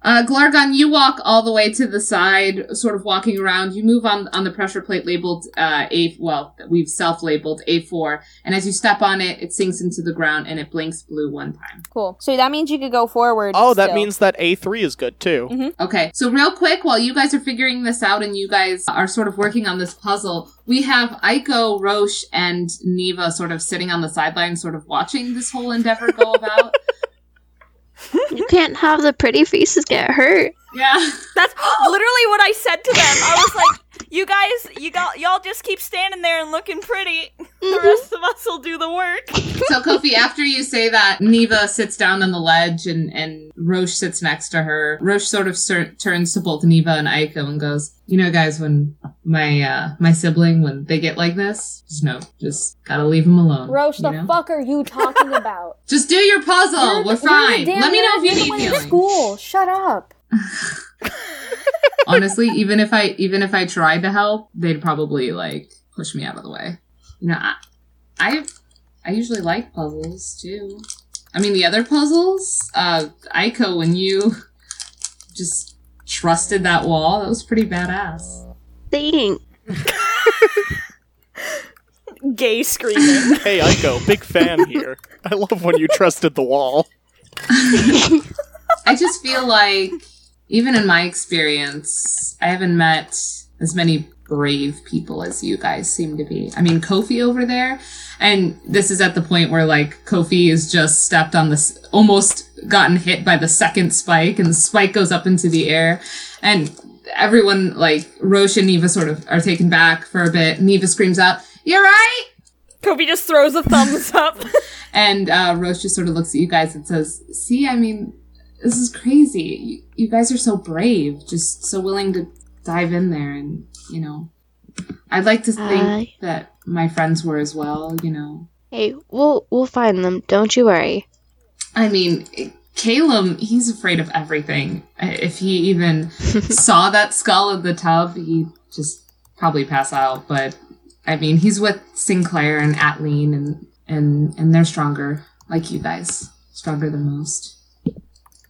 S1: Uh, Glargon, you walk all the way to the side, sort of walking around. You move on on the pressure plate labeled uh, A. Well, we've self-labeled A4, and as you step on it, it sinks into the ground and it blinks blue one time.
S3: Cool. So that means you could go forward.
S4: Oh, that
S3: still.
S4: means that A3 is good too.
S1: Okay, so real quick, while you guys are figuring this out and you guys are sort of working on this puzzle, we have Aiko, Roche, and Neva sort of sitting on the sidelines, sort of watching this whole endeavor go about.
S5: You can't have the pretty faces get hurt.
S1: yeah.
S2: That's literally what I said to them. I was like, you guys, you got, y'all just keep standing there and looking pretty.
S3: Mm-hmm.
S2: The rest of us will do the work.
S1: so Kofi, after you say that, Neva sits down on the ledge and and Roche sits next to her. Roche sort of sur- turns to both Neva and Aiko and goes, "You know, guys, when my uh, my sibling when they get like this, just no, just gotta leave them alone.
S3: Roche, the
S1: you know?
S3: fuck are you talking about?
S1: Just do your puzzle.
S3: You're the-
S1: We're
S3: you're the
S1: fine.
S3: damn
S1: Let me know
S3: nerd.
S1: if
S3: You're the
S1: you
S3: one
S1: need
S3: in
S1: healing.
S3: School, shut up.
S1: Honestly, even if I even if I tried to help, they'd probably like push me out of the way. You know, I I, I usually like puzzles too. I mean, the other puzzles, uh, Ico, when you just trusted that wall, that was pretty badass.
S5: Thanks.
S2: Gay screaming.
S4: Hey, Iko, big fan here. I love when you trusted the wall.
S1: I just feel like, even in my experience, I haven't met as many brave people as you guys seem to be. I mean, Kofi over there, and this is at the point where like Kofi is just stepped on this, almost gotten hit by the second spike, and the spike goes up into the air, and everyone like Roche and Neva sort of are taken back for a bit. Neva screams out, "You're right!"
S2: Kobe just throws a thumbs up.
S1: And uh, Rose just sort of looks at you guys and says, "See, I mean, this is crazy. You, you guys are so brave, just so willing to dive in there, and you know, I'd like to think
S5: Aye.
S1: that my friends were as well. You know,
S5: Hey, we'll we'll find them. Don't you worry.
S1: I mean, Calum, he's afraid of everything. If he even saw that skull in the tub, he'd just probably pass out. But I mean, he's with Sinclair and Atleen, and and and they're stronger, like you guys, stronger than most.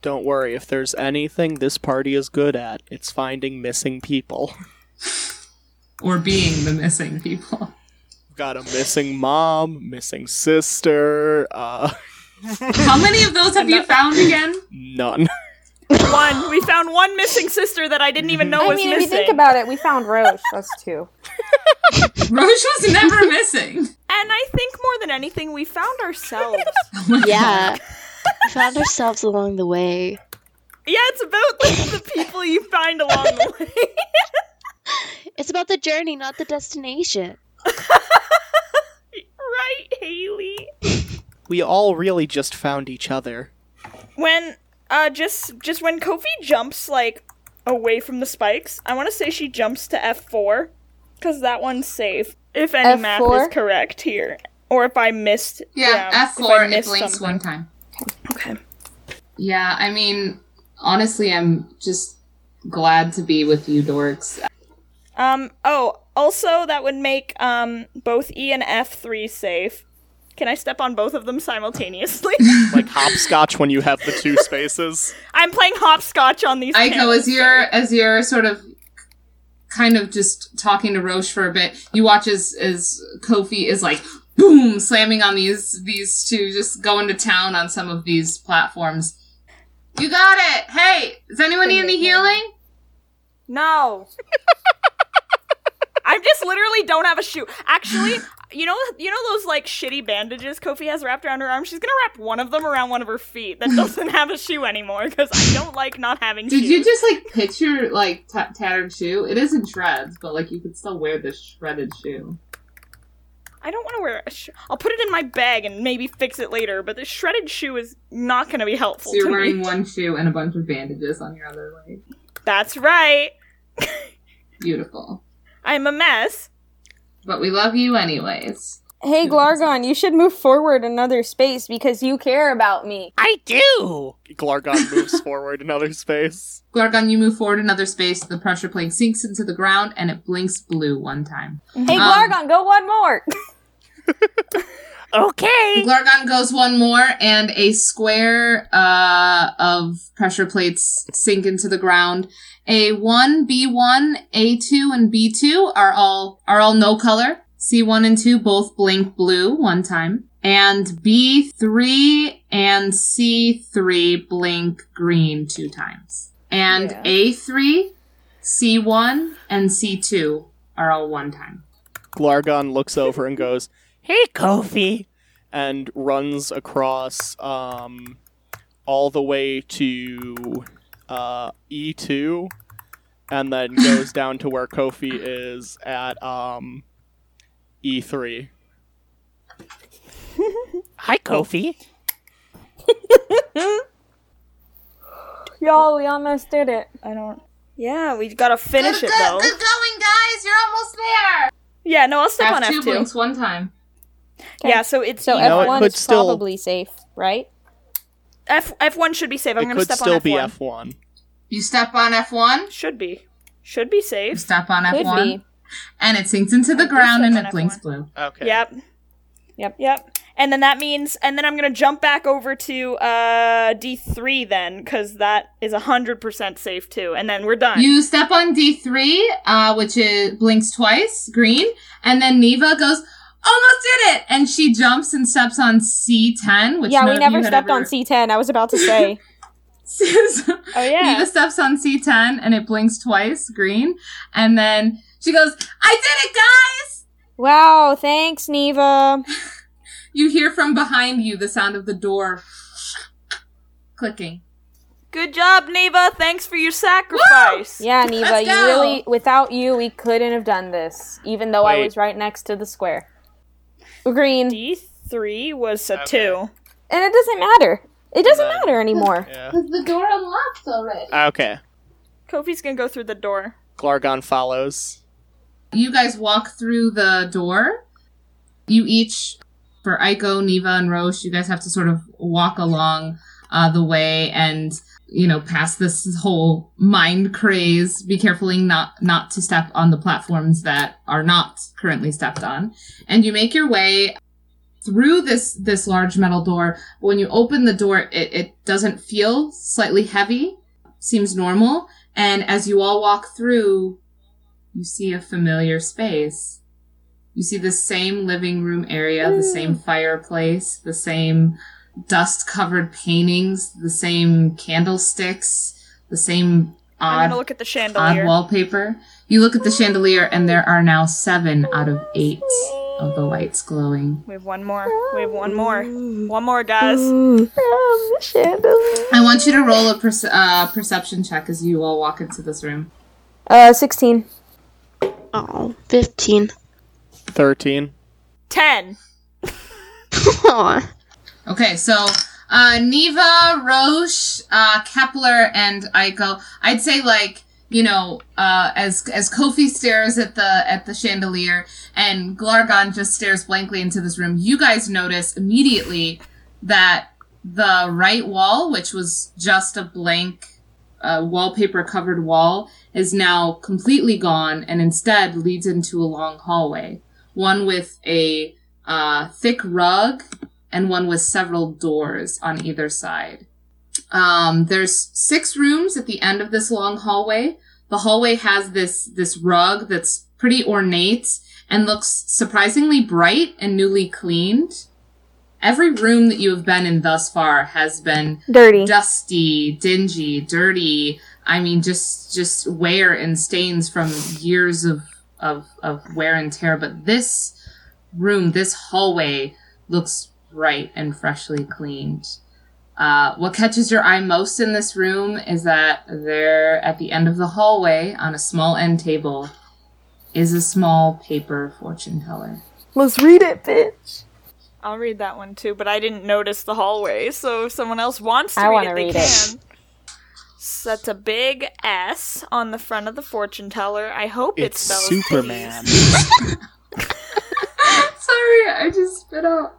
S4: Don't worry, if there's anything this party is good at, it's finding missing people.
S1: Or being the missing people.
S4: We've got a missing mom, missing sister, uh,
S1: How many of those have you found again?
S4: none.
S2: One. We found one missing sister that I didn't even know
S3: I
S2: was
S3: mean, if
S2: missing.
S3: you think about it, we found Roche. That's two.
S1: Roche was never missing.
S2: and I think more than anything, we found ourselves.
S1: Oh my
S5: Yeah. we found ourselves along the way.
S2: yeah, it's about the, the people you find along the way.
S5: It's about the journey, not the destination.
S2: right, Haley.
S4: We all really just found each other.
S2: When uh just just when Kofi jumps like away from the spikes, I want to say she jumps to F4 cuz that one's safe. If any math
S3: F4?
S2: is correct here or if I missed
S1: Yeah,
S2: if I
S1: F four. It
S2: missed
S1: blinks
S2: something.
S1: one time.
S2: Okay.
S1: Yeah, I mean, honestly, I'm just glad to be with you, dorks.
S2: Um oh, also that would make um both E and F3 safe. Can I step on both of them simultaneously?
S4: Like hopscotch when you have the two spaces.
S2: I'm playing hopscotch on these.
S1: Aiko,
S2: panels,
S1: as you're
S2: sorry.
S1: as you're sort of kind of just talking to Roche for a bit, you watch as as Kofi is like boom slamming on these these two, just going to town on some of these platforms. You got it. Hey, does anyone need any healing?
S2: No. I just literally don't have a shoe. Actually, you know, you know those like shitty bandages Kofi has wrapped around her arm. She's gonna wrap one of them around one of her feet that doesn't have a shoe anymore because I don't like not having
S1: Did
S2: shoes.
S1: you just like pitch your like t- tattered shoe? It is in shreds, but like you could still wear this shredded shoe.
S2: I don't want to wear a shoe. I'll put it in my bag and maybe fix it later. But the shredded shoe is not gonna be helpful.
S1: So you're
S2: to
S1: wearing
S2: me.
S1: one shoe and a bunch of bandages on your other leg.
S2: That's right.
S1: Beautiful.
S2: I'm a mess.
S1: But we love you anyways.
S3: Hey, Glargon, you should move forward another space because you care about me.
S4: I do! Glargon moves forward another space.
S1: Gorgon, you move forward another space. The pressure plane sinks into the ground and it blinks blue one time. Um,
S3: Hey, Glargon, go one more.
S2: Okay.
S1: Gorgon goes one more and a square uh, of pressure plates sink into the ground. A1, B1, A2, and B2 are all are all no color. C1 and 2 both blink blue one time. And B3 and C3 blink green two times. And
S3: Yeah.
S1: A3, C1, and C2 are all one time.
S4: Glargon looks over and goes, Hey, Kofi! And runs across um, all the way to uh, E2 and then goes down to where Kofi is at um, E E3. Hi, Kofi.
S3: Y'all, we almost did it.
S2: I don't. Yeah, we gotta finish it though.
S1: going, guys. You're almost there.
S2: Yeah, no, I'll step on
S1: F2
S2: F2.
S1: blinks one time.
S2: Yeah, so it's
S3: So
S2: E-
S4: know, it
S3: F1
S4: could
S3: is
S4: still-
S3: probably safe, right?
S2: F F one should be safe. I'm
S4: it
S2: gonna
S4: could
S2: step
S4: still
S2: on F1.
S4: be F1.
S1: You step on F1.
S2: Should be. Should be
S1: You
S2: safe.
S1: step on
S3: Could
S1: F1.
S3: be.
S1: And it sinks into the
S2: I did
S1: ground and
S2: step
S1: it
S2: on
S1: blinks
S2: F1.
S1: blue.
S4: Okay.
S2: Yep.
S3: Yep.
S2: Yep. And then that means and then I'm gonna jump back over to uh D three then, because that is hundred percent safe too. And then we're done.
S1: You step on D3, uh, which is, blinks twice, green. And then Neva goes, almost did it. And she jumps and steps on C10, which
S3: yeah,
S1: none
S3: we
S1: of you
S3: never
S1: had
S3: stepped
S1: ever-
S3: on C10. I was about to say.
S2: oh
S1: Neva
S2: yeah.
S1: steps on C10 and it blinks twice, green. And then she goes, I did it, guys!
S3: wow, thanks, Neva.
S1: You hear from behind you the sound of the door clicking.
S2: Good job, Neva. Thanks for your sacrifice.
S3: Yeah, Neva,
S1: Let's
S3: you
S1: go.
S3: really, without you, we couldn't have done this, even though I
S4: Wait.
S3: was right next to the square. Green.
S2: D three was a
S4: Okay.
S2: two.
S3: And it doesn't matter. It doesn't
S4: then-
S3: matter anymore.
S4: Yeah.
S1: Because the door unlocked already.
S4: Okay.
S2: Kofi's gonna go through the door.
S4: Glargon follows.
S1: You guys walk through the door. You each, for Aiko, Neva, and Roche, you guys have to sort of walk along uh, the way and you know past this whole mind craze. Be careful not not to step on the platforms that are not currently stepped on, and you make your way through this this large metal door. When you open the door, it, it doesn't feel slightly heavy. Seems normal. And as you all walk through, you see a familiar space. You see the same living room area, the same fireplace, the same dust covered paintings, the same candlesticks, the same
S2: I'm
S3: Uh,
S1: odd,
S2: gonna look at the
S1: odd
S2: chandelier.
S1: wallpaper. You look at the chandelier, and there are now seven out of eight of the lights glowing.
S2: We have one more. We have one more. One more, guys.
S3: Um, chandelier.
S1: I want you to roll a perce- uh, perception check as you all walk into this room.
S3: Uh, 16.
S5: Oh, 15.
S4: 13.
S2: Ten.
S5: Aw.
S1: Okay, so uh, Neva, Roche, uh, Kepler, and Aiko. I'd say like you know uh, as as Kofi stares at the at the chandelier and Glargon just stares blankly into this room. You guys notice immediately that the right wall, which was just a blank uh, wallpaper covered wall, is now completely gone and instead leads into a long hallway. One with a uh, thick rug and one with several doors on either side. Um, there's six rooms at the end of this long hallway. The hallway has this this rug that's pretty ornate and looks surprisingly bright and newly cleaned. Every room that you have been in thus far has been
S3: Dirty.
S1: dusty, dingy, dirty. I mean, just just wear and stains from years of of, of wear and tear. But this room, this hallway, looks bright and freshly cleaned. Uh, what catches your eye most in this room is that there, at the end of the hallway, on a small end table, is a small paper fortune teller.
S3: Let's read it, bitch.
S2: I'll read that one too, but I didn't notice the hallway, so if someone else wants to
S3: I
S2: read
S3: wanna
S2: it, they
S3: read it.
S2: can. So that's a big S on the front of the fortune teller. I hope it
S4: It's
S2: spells
S4: Superman.
S1: Sorry, I just spit out.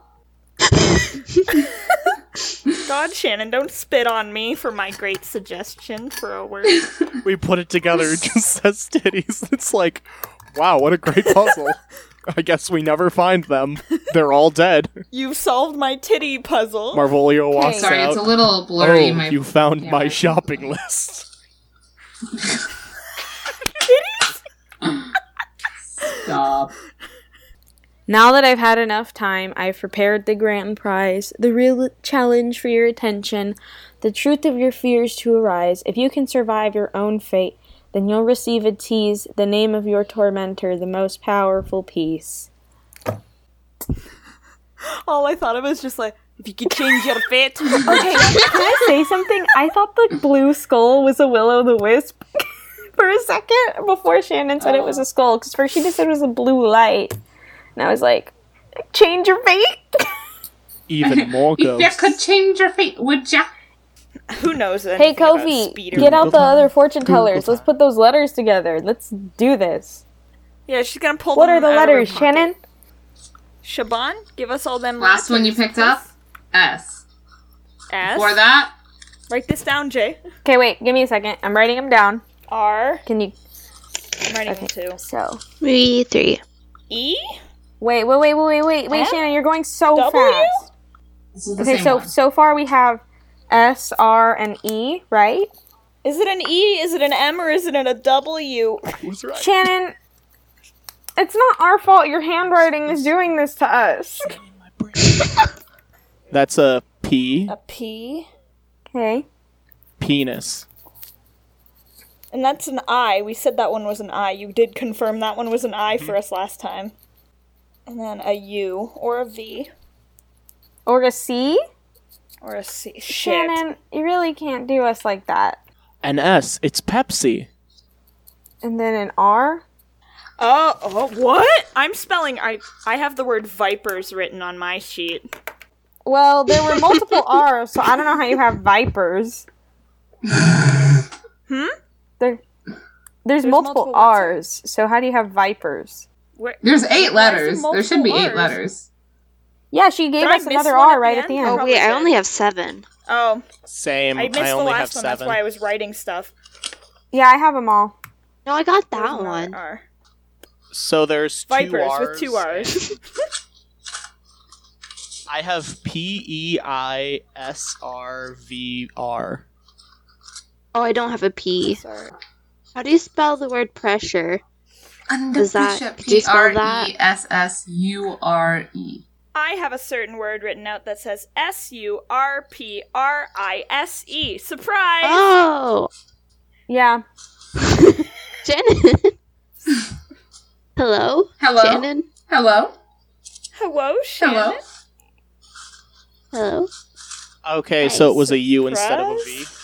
S2: titties. God, Shannon, don't spit on me for my great suggestion for a word.
S4: we put it together. It just says titties. It's like, wow, what a great puzzle. I guess we never find them. They're all dead.
S2: You've solved my titty puzzle.
S4: Marvolio walks
S1: Sorry,
S4: out.
S1: it's a little blurry.
S4: oh,
S1: my
S4: you found
S1: yeah,
S4: my
S1: my-
S4: shopping list.
S1: stop.
S3: Now that I've had enough time, I've prepared the grand prize, the real challenge for your attention, the truth of your fears to arise. If you can survive your own fate, then you'll receive a tease, the name of your tormentor, the most powerful piece.
S2: All I thought of was just like, if you could change your fate. oh,
S3: Okay, can I say something? I thought the blue skull was a will o' the wisp for a second before Shannon said it was a skull, because first she just said it was a blue light. And I was like, change your fate?
S4: Even more
S1: If you
S4: ghosts.
S1: could change your fate, would ya?
S2: Who knows?
S3: Hey,
S2: anything about
S3: Kofi,
S2: speed or-
S3: get out the
S4: time.
S3: other fortune tellers.
S4: Google
S3: Let's put those letters together. Let's do this.
S2: Yeah, she's gonna pull.
S3: What
S2: them
S3: are the
S2: out of her
S3: letters,
S2: pocket.
S3: Shannon?
S2: Shaban, give us all them.
S1: Last one you picked up, S.
S2: S.
S1: For that,
S2: Write this down, Jay.
S3: Okay, wait, give me a second. I'm writing them down.
S2: R.
S3: Can you?
S2: I'm writing them too.
S3: So.
S5: Three, three.
S2: E.
S3: Wait, wait, wait, wait, wait, wait, wait,
S2: F?
S3: Shannon, you're going so
S2: W?
S3: fast.
S1: this is the
S3: Okay,
S1: same
S3: so
S1: one.
S3: so far we have S, R, and E, right?
S2: Is it an E? Is it an M? Or is it an a W?
S4: Who's right?
S3: Shannon, it's not our fault. Your handwriting is doing this to us.
S4: That's a P.
S2: A P.
S3: Okay.
S4: Penis.
S2: And that's an I. We said that one was an I. You did confirm that one was an I for us last time. And then a U or a V
S3: Or a C?
S2: or a C. Shit.
S3: Shannon, you really can't do us like that.
S4: An S. It's Pepsi.
S3: And then an R?
S2: Oh, oh, what? I'm spelling. I I have the word vipers written on my sheet.
S3: Well, there were multiple R's, so I don't know how you have vipers.
S2: Hmm?
S3: There, there's, multiple,
S2: multiple what's it?
S3: R's, so how do you have vipers?
S2: Where?
S1: There's eight
S2: Why is it
S1: letters. There should be eight
S2: multiple Rs?
S1: letters.
S3: Yeah, she gave
S2: Did I
S3: us
S2: miss
S3: another
S2: one
S3: R right at the end.
S5: Oh
S2: Probably
S5: wait, I
S2: so.
S5: only have seven.
S2: Oh,
S4: Same.
S2: I
S4: I,
S2: missed the
S4: only have
S2: last one.
S4: seven.
S2: That's why I was writing stuff.
S3: Yeah, I have them all.
S5: No, I got
S2: There's
S5: that
S2: another
S5: one.
S2: R.
S4: So there's two
S2: Vipers
S4: R's.
S2: with two R's.
S4: I have P E I S R V R.
S5: Oh, I don't have a P.
S2: Sorry.
S5: How do you spell the word pressure?
S1: Under
S5: Does that-
S1: pressure.
S5: could you
S1: P R
S5: spell that?
S1: E S S U R E.
S2: I have a certain word written out that says S U R P R I S E. Surprise!
S5: Oh,
S3: Yeah.
S5: Shannon. Hello,
S1: Hello.
S5: Shannon.
S1: Hello.
S2: Hello, Shannon.
S1: Hello.
S5: Hello.
S4: Okay,
S5: Nice.
S4: so it was a U instead of a V.
S2: Surprise?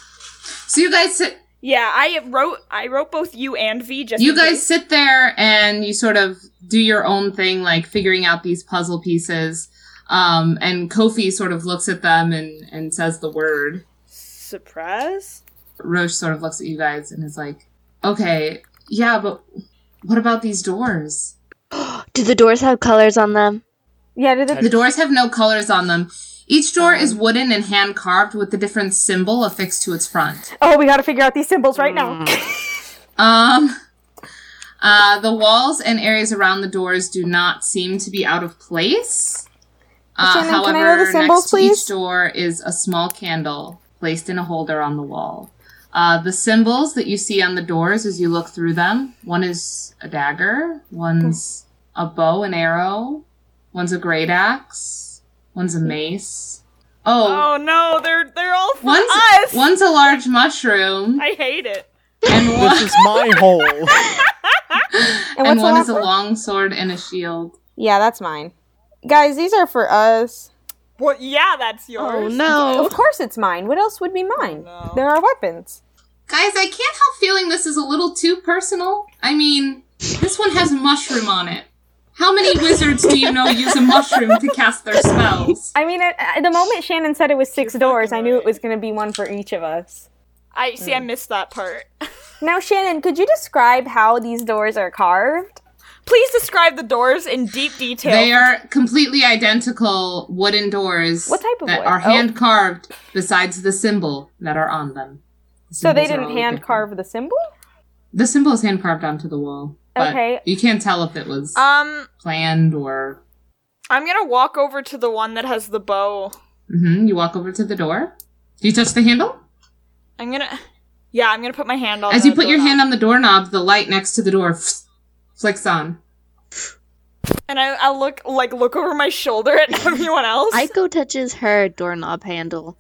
S1: So you guys sit.
S2: Yeah, I wrote. I wrote both U and V. Just
S1: You
S2: in
S1: guys
S2: case.
S1: sit there and you sort of do your own thing, like figuring out these puzzle pieces. Um, and Kofi sort of looks at them and, and says the word.
S2: Surprise.
S1: Roche sort of looks at you guys and is like, okay, yeah, but what about these doors?
S5: do the doors have colors on them?
S3: Yeah, did
S4: I
S3: the,
S1: The doors have no colors on them. Each door is wooden and hand carved with a different symbol affixed to its front.
S3: oh, we gotta figure out these symbols right
S1: Mm.
S3: now.
S1: Um, uh, the walls and areas around the doors do not seem to be out of place. Uh,
S3: Shannon, can I
S1: however,
S3: know the symbols,
S1: next to
S3: please?
S1: each door is a small candle placed in a holder on the wall. Uh, the symbols that you see on the doors as you look through them one is a dagger, one's
S3: Hmm.
S1: a bow and arrow, one's a great axe, one's a mace. Oh,
S2: Oh no, they're they're all for
S1: one's
S2: us.
S1: one's a large mushroom,
S2: I hate it.
S1: and
S4: This
S1: one,
S4: is my hole.
S3: And
S1: and
S3: what's the
S1: one
S3: last
S1: is a
S3: one?
S1: long sword and a shield.
S3: Yeah, that's mine. Guys, these are for us.
S2: Well, yeah, that's
S5: Oh
S2: yours.
S5: no.
S3: Of course it's mine. What else would be mine?
S2: No.
S3: There are weapons.
S1: Guys, I can't help feeling this is a little too personal. I mean, this one has mushroom on it. How many wizards do you know use a mushroom to cast their spells?
S3: I mean, at, at the moment Shannon said it was 6
S2: You're
S3: doors,
S2: fucking
S3: I knew
S2: right.
S3: it was gonna be one for each of us.
S2: I see. I missed that part.
S3: Now, Shannon, could you describe how these doors are carved?
S2: Please describe the doors in deep detail.
S1: They are completely identical wooden doors
S3: What type of
S1: that
S3: wood?
S1: are
S3: Oh.
S1: hand carved besides the symbol that are on them. The
S3: So
S1: symbols
S3: they
S1: are
S3: didn't
S1: all
S3: hand
S1: different.
S3: carve the symbol?
S1: The symbol is hand carved onto the wall. But
S3: Okay. Uh,
S1: You can't tell if it was
S2: Um,
S1: planned or.
S2: I'm gonna walk over to the one that has the bow.
S1: hmm You walk over to the door. Do you touch the handle?
S2: I'm gonna. Yeah, I'm gonna put my hand on.
S1: As
S2: the
S1: you put your
S2: doorknob.
S1: hand on the doorknob, the light next to the door flicks on.
S2: and I, I look like look over my shoulder at everyone else.
S5: Aiko touches her doorknob handle.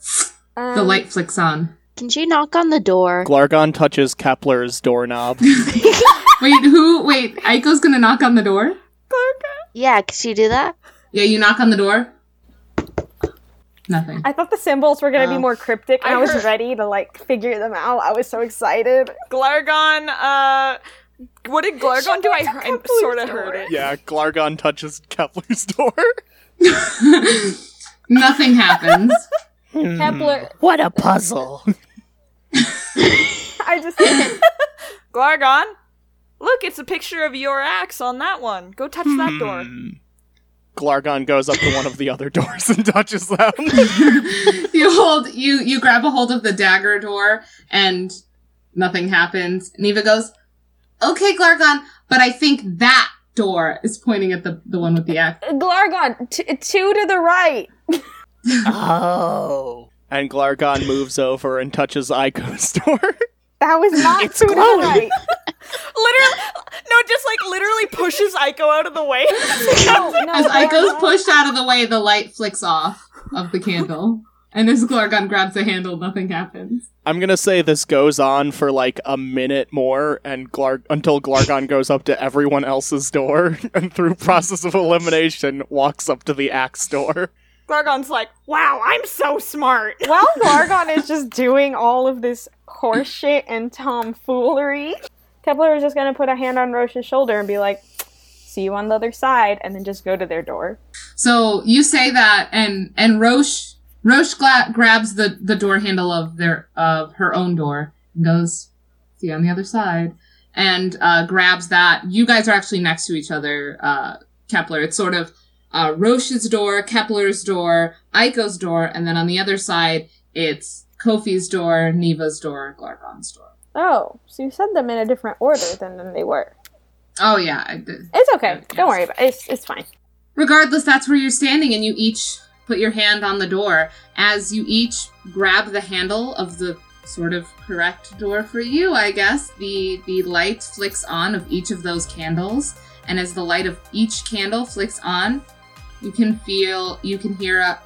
S1: The
S3: Um,
S1: light flicks on.
S5: Can she knock on the door?
S4: Glargon touches Kepler's doorknob.
S1: Wait, who? Wait, Aiko's gonna knock on the door?
S5: Yeah, can she do that?
S1: Yeah, you knock on the door. Nothing.
S3: I thought the symbols were gonna be
S5: Oh.
S3: more cryptic, and
S2: I
S3: I, was
S2: heard-
S3: ready to like figure them out. I was so excited.
S2: Glargon. Uh, what did Glargon do? I,
S3: went to
S2: heard- I
S3: Kepler's
S2: sort of
S3: door.
S2: heard it.
S4: yeah, Glargon touches Kepler's door.
S1: Nothing happens.
S3: Kepler,
S4: Hmm. What a puzzle.
S3: I just
S2: Glargon, look, it's a picture of your axe on that one. Go touch
S4: Hmm.
S2: that door.
S4: Glargon goes up to one of the other doors and touches them.
S1: you hold you you grab a hold of the dagger door and nothing happens. Neva goes, "Okay, Glargon, but I think that door is pointing at the the one with the axe."
S3: Glargon, t- two to the right.
S4: oh. And Glargon moves over and touches Ico's door.
S3: That was not
S4: It's
S3: two to
S4: glowing.
S3: the right.
S2: Literally, no, just like literally pushes Aiko out of the way.
S3: No, no,
S1: As Ico's
S3: Glargon-
S1: pushed out of the way, the light flicks off of the candle. And as Glargon grabs the handle, nothing happens.
S4: I'm gonna say this goes on for like a minute more, and Glar- until Glargon goes up to everyone else's door, and through process of elimination, walks up to the axe door.
S2: Glargon's like, wow, I'm so smart.
S3: While Glargon is just doing all of this horseshit and tomfoolery, Kepler is just going to put a hand on Roche's shoulder and be like, see you on the other side, and then just go to their door.
S1: So you say that, and and Roche Roche gla- grabs the the door handle of their of her own door and goes, "See you on the other side," and uh, grabs that. You guys are actually next to each other, uh, Kepler. It's sort of uh, Roche's door, Kepler's door, Aiko's door, and then on the other side, it's Kofi's door, Neva's door, Glargon's door.
S3: Oh, so you said them in a different order than, than they were.
S1: Oh yeah, I did.
S3: It's okay.
S1: Yeah,
S3: Don't
S1: Mm, yes.
S3: worry about it. It's, it's fine.
S1: Regardless, that's where you're standing, and you each put your hand on the door. As you each grab the handle of the sort of correct door for you, I guess, the, the light flicks on of each of those candles. And as the light of each candle flicks on, you can feel, you can hear a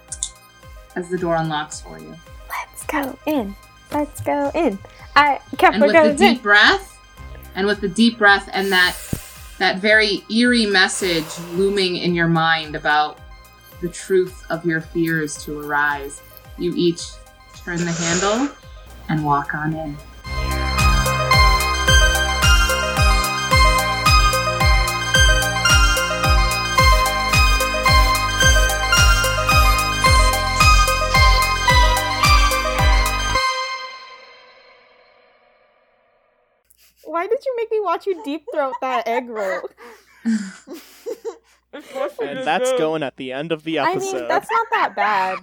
S1: as the door unlocks for you.
S3: Let's go in. Let's go in. I
S1: and
S3: Kepler
S1: with the
S3: goes in.
S1: deep breath and with the deep breath and that that very eerie message looming in your mind about the truth of your fears to arise you each turn the handle and walk on in
S3: Why did you make me watch you deep throat that egg roll?
S2: Of course it
S4: And
S2: is
S4: that's
S2: good.
S4: going at the end of the
S3: I
S4: episode.
S3: mean, that's not that bad.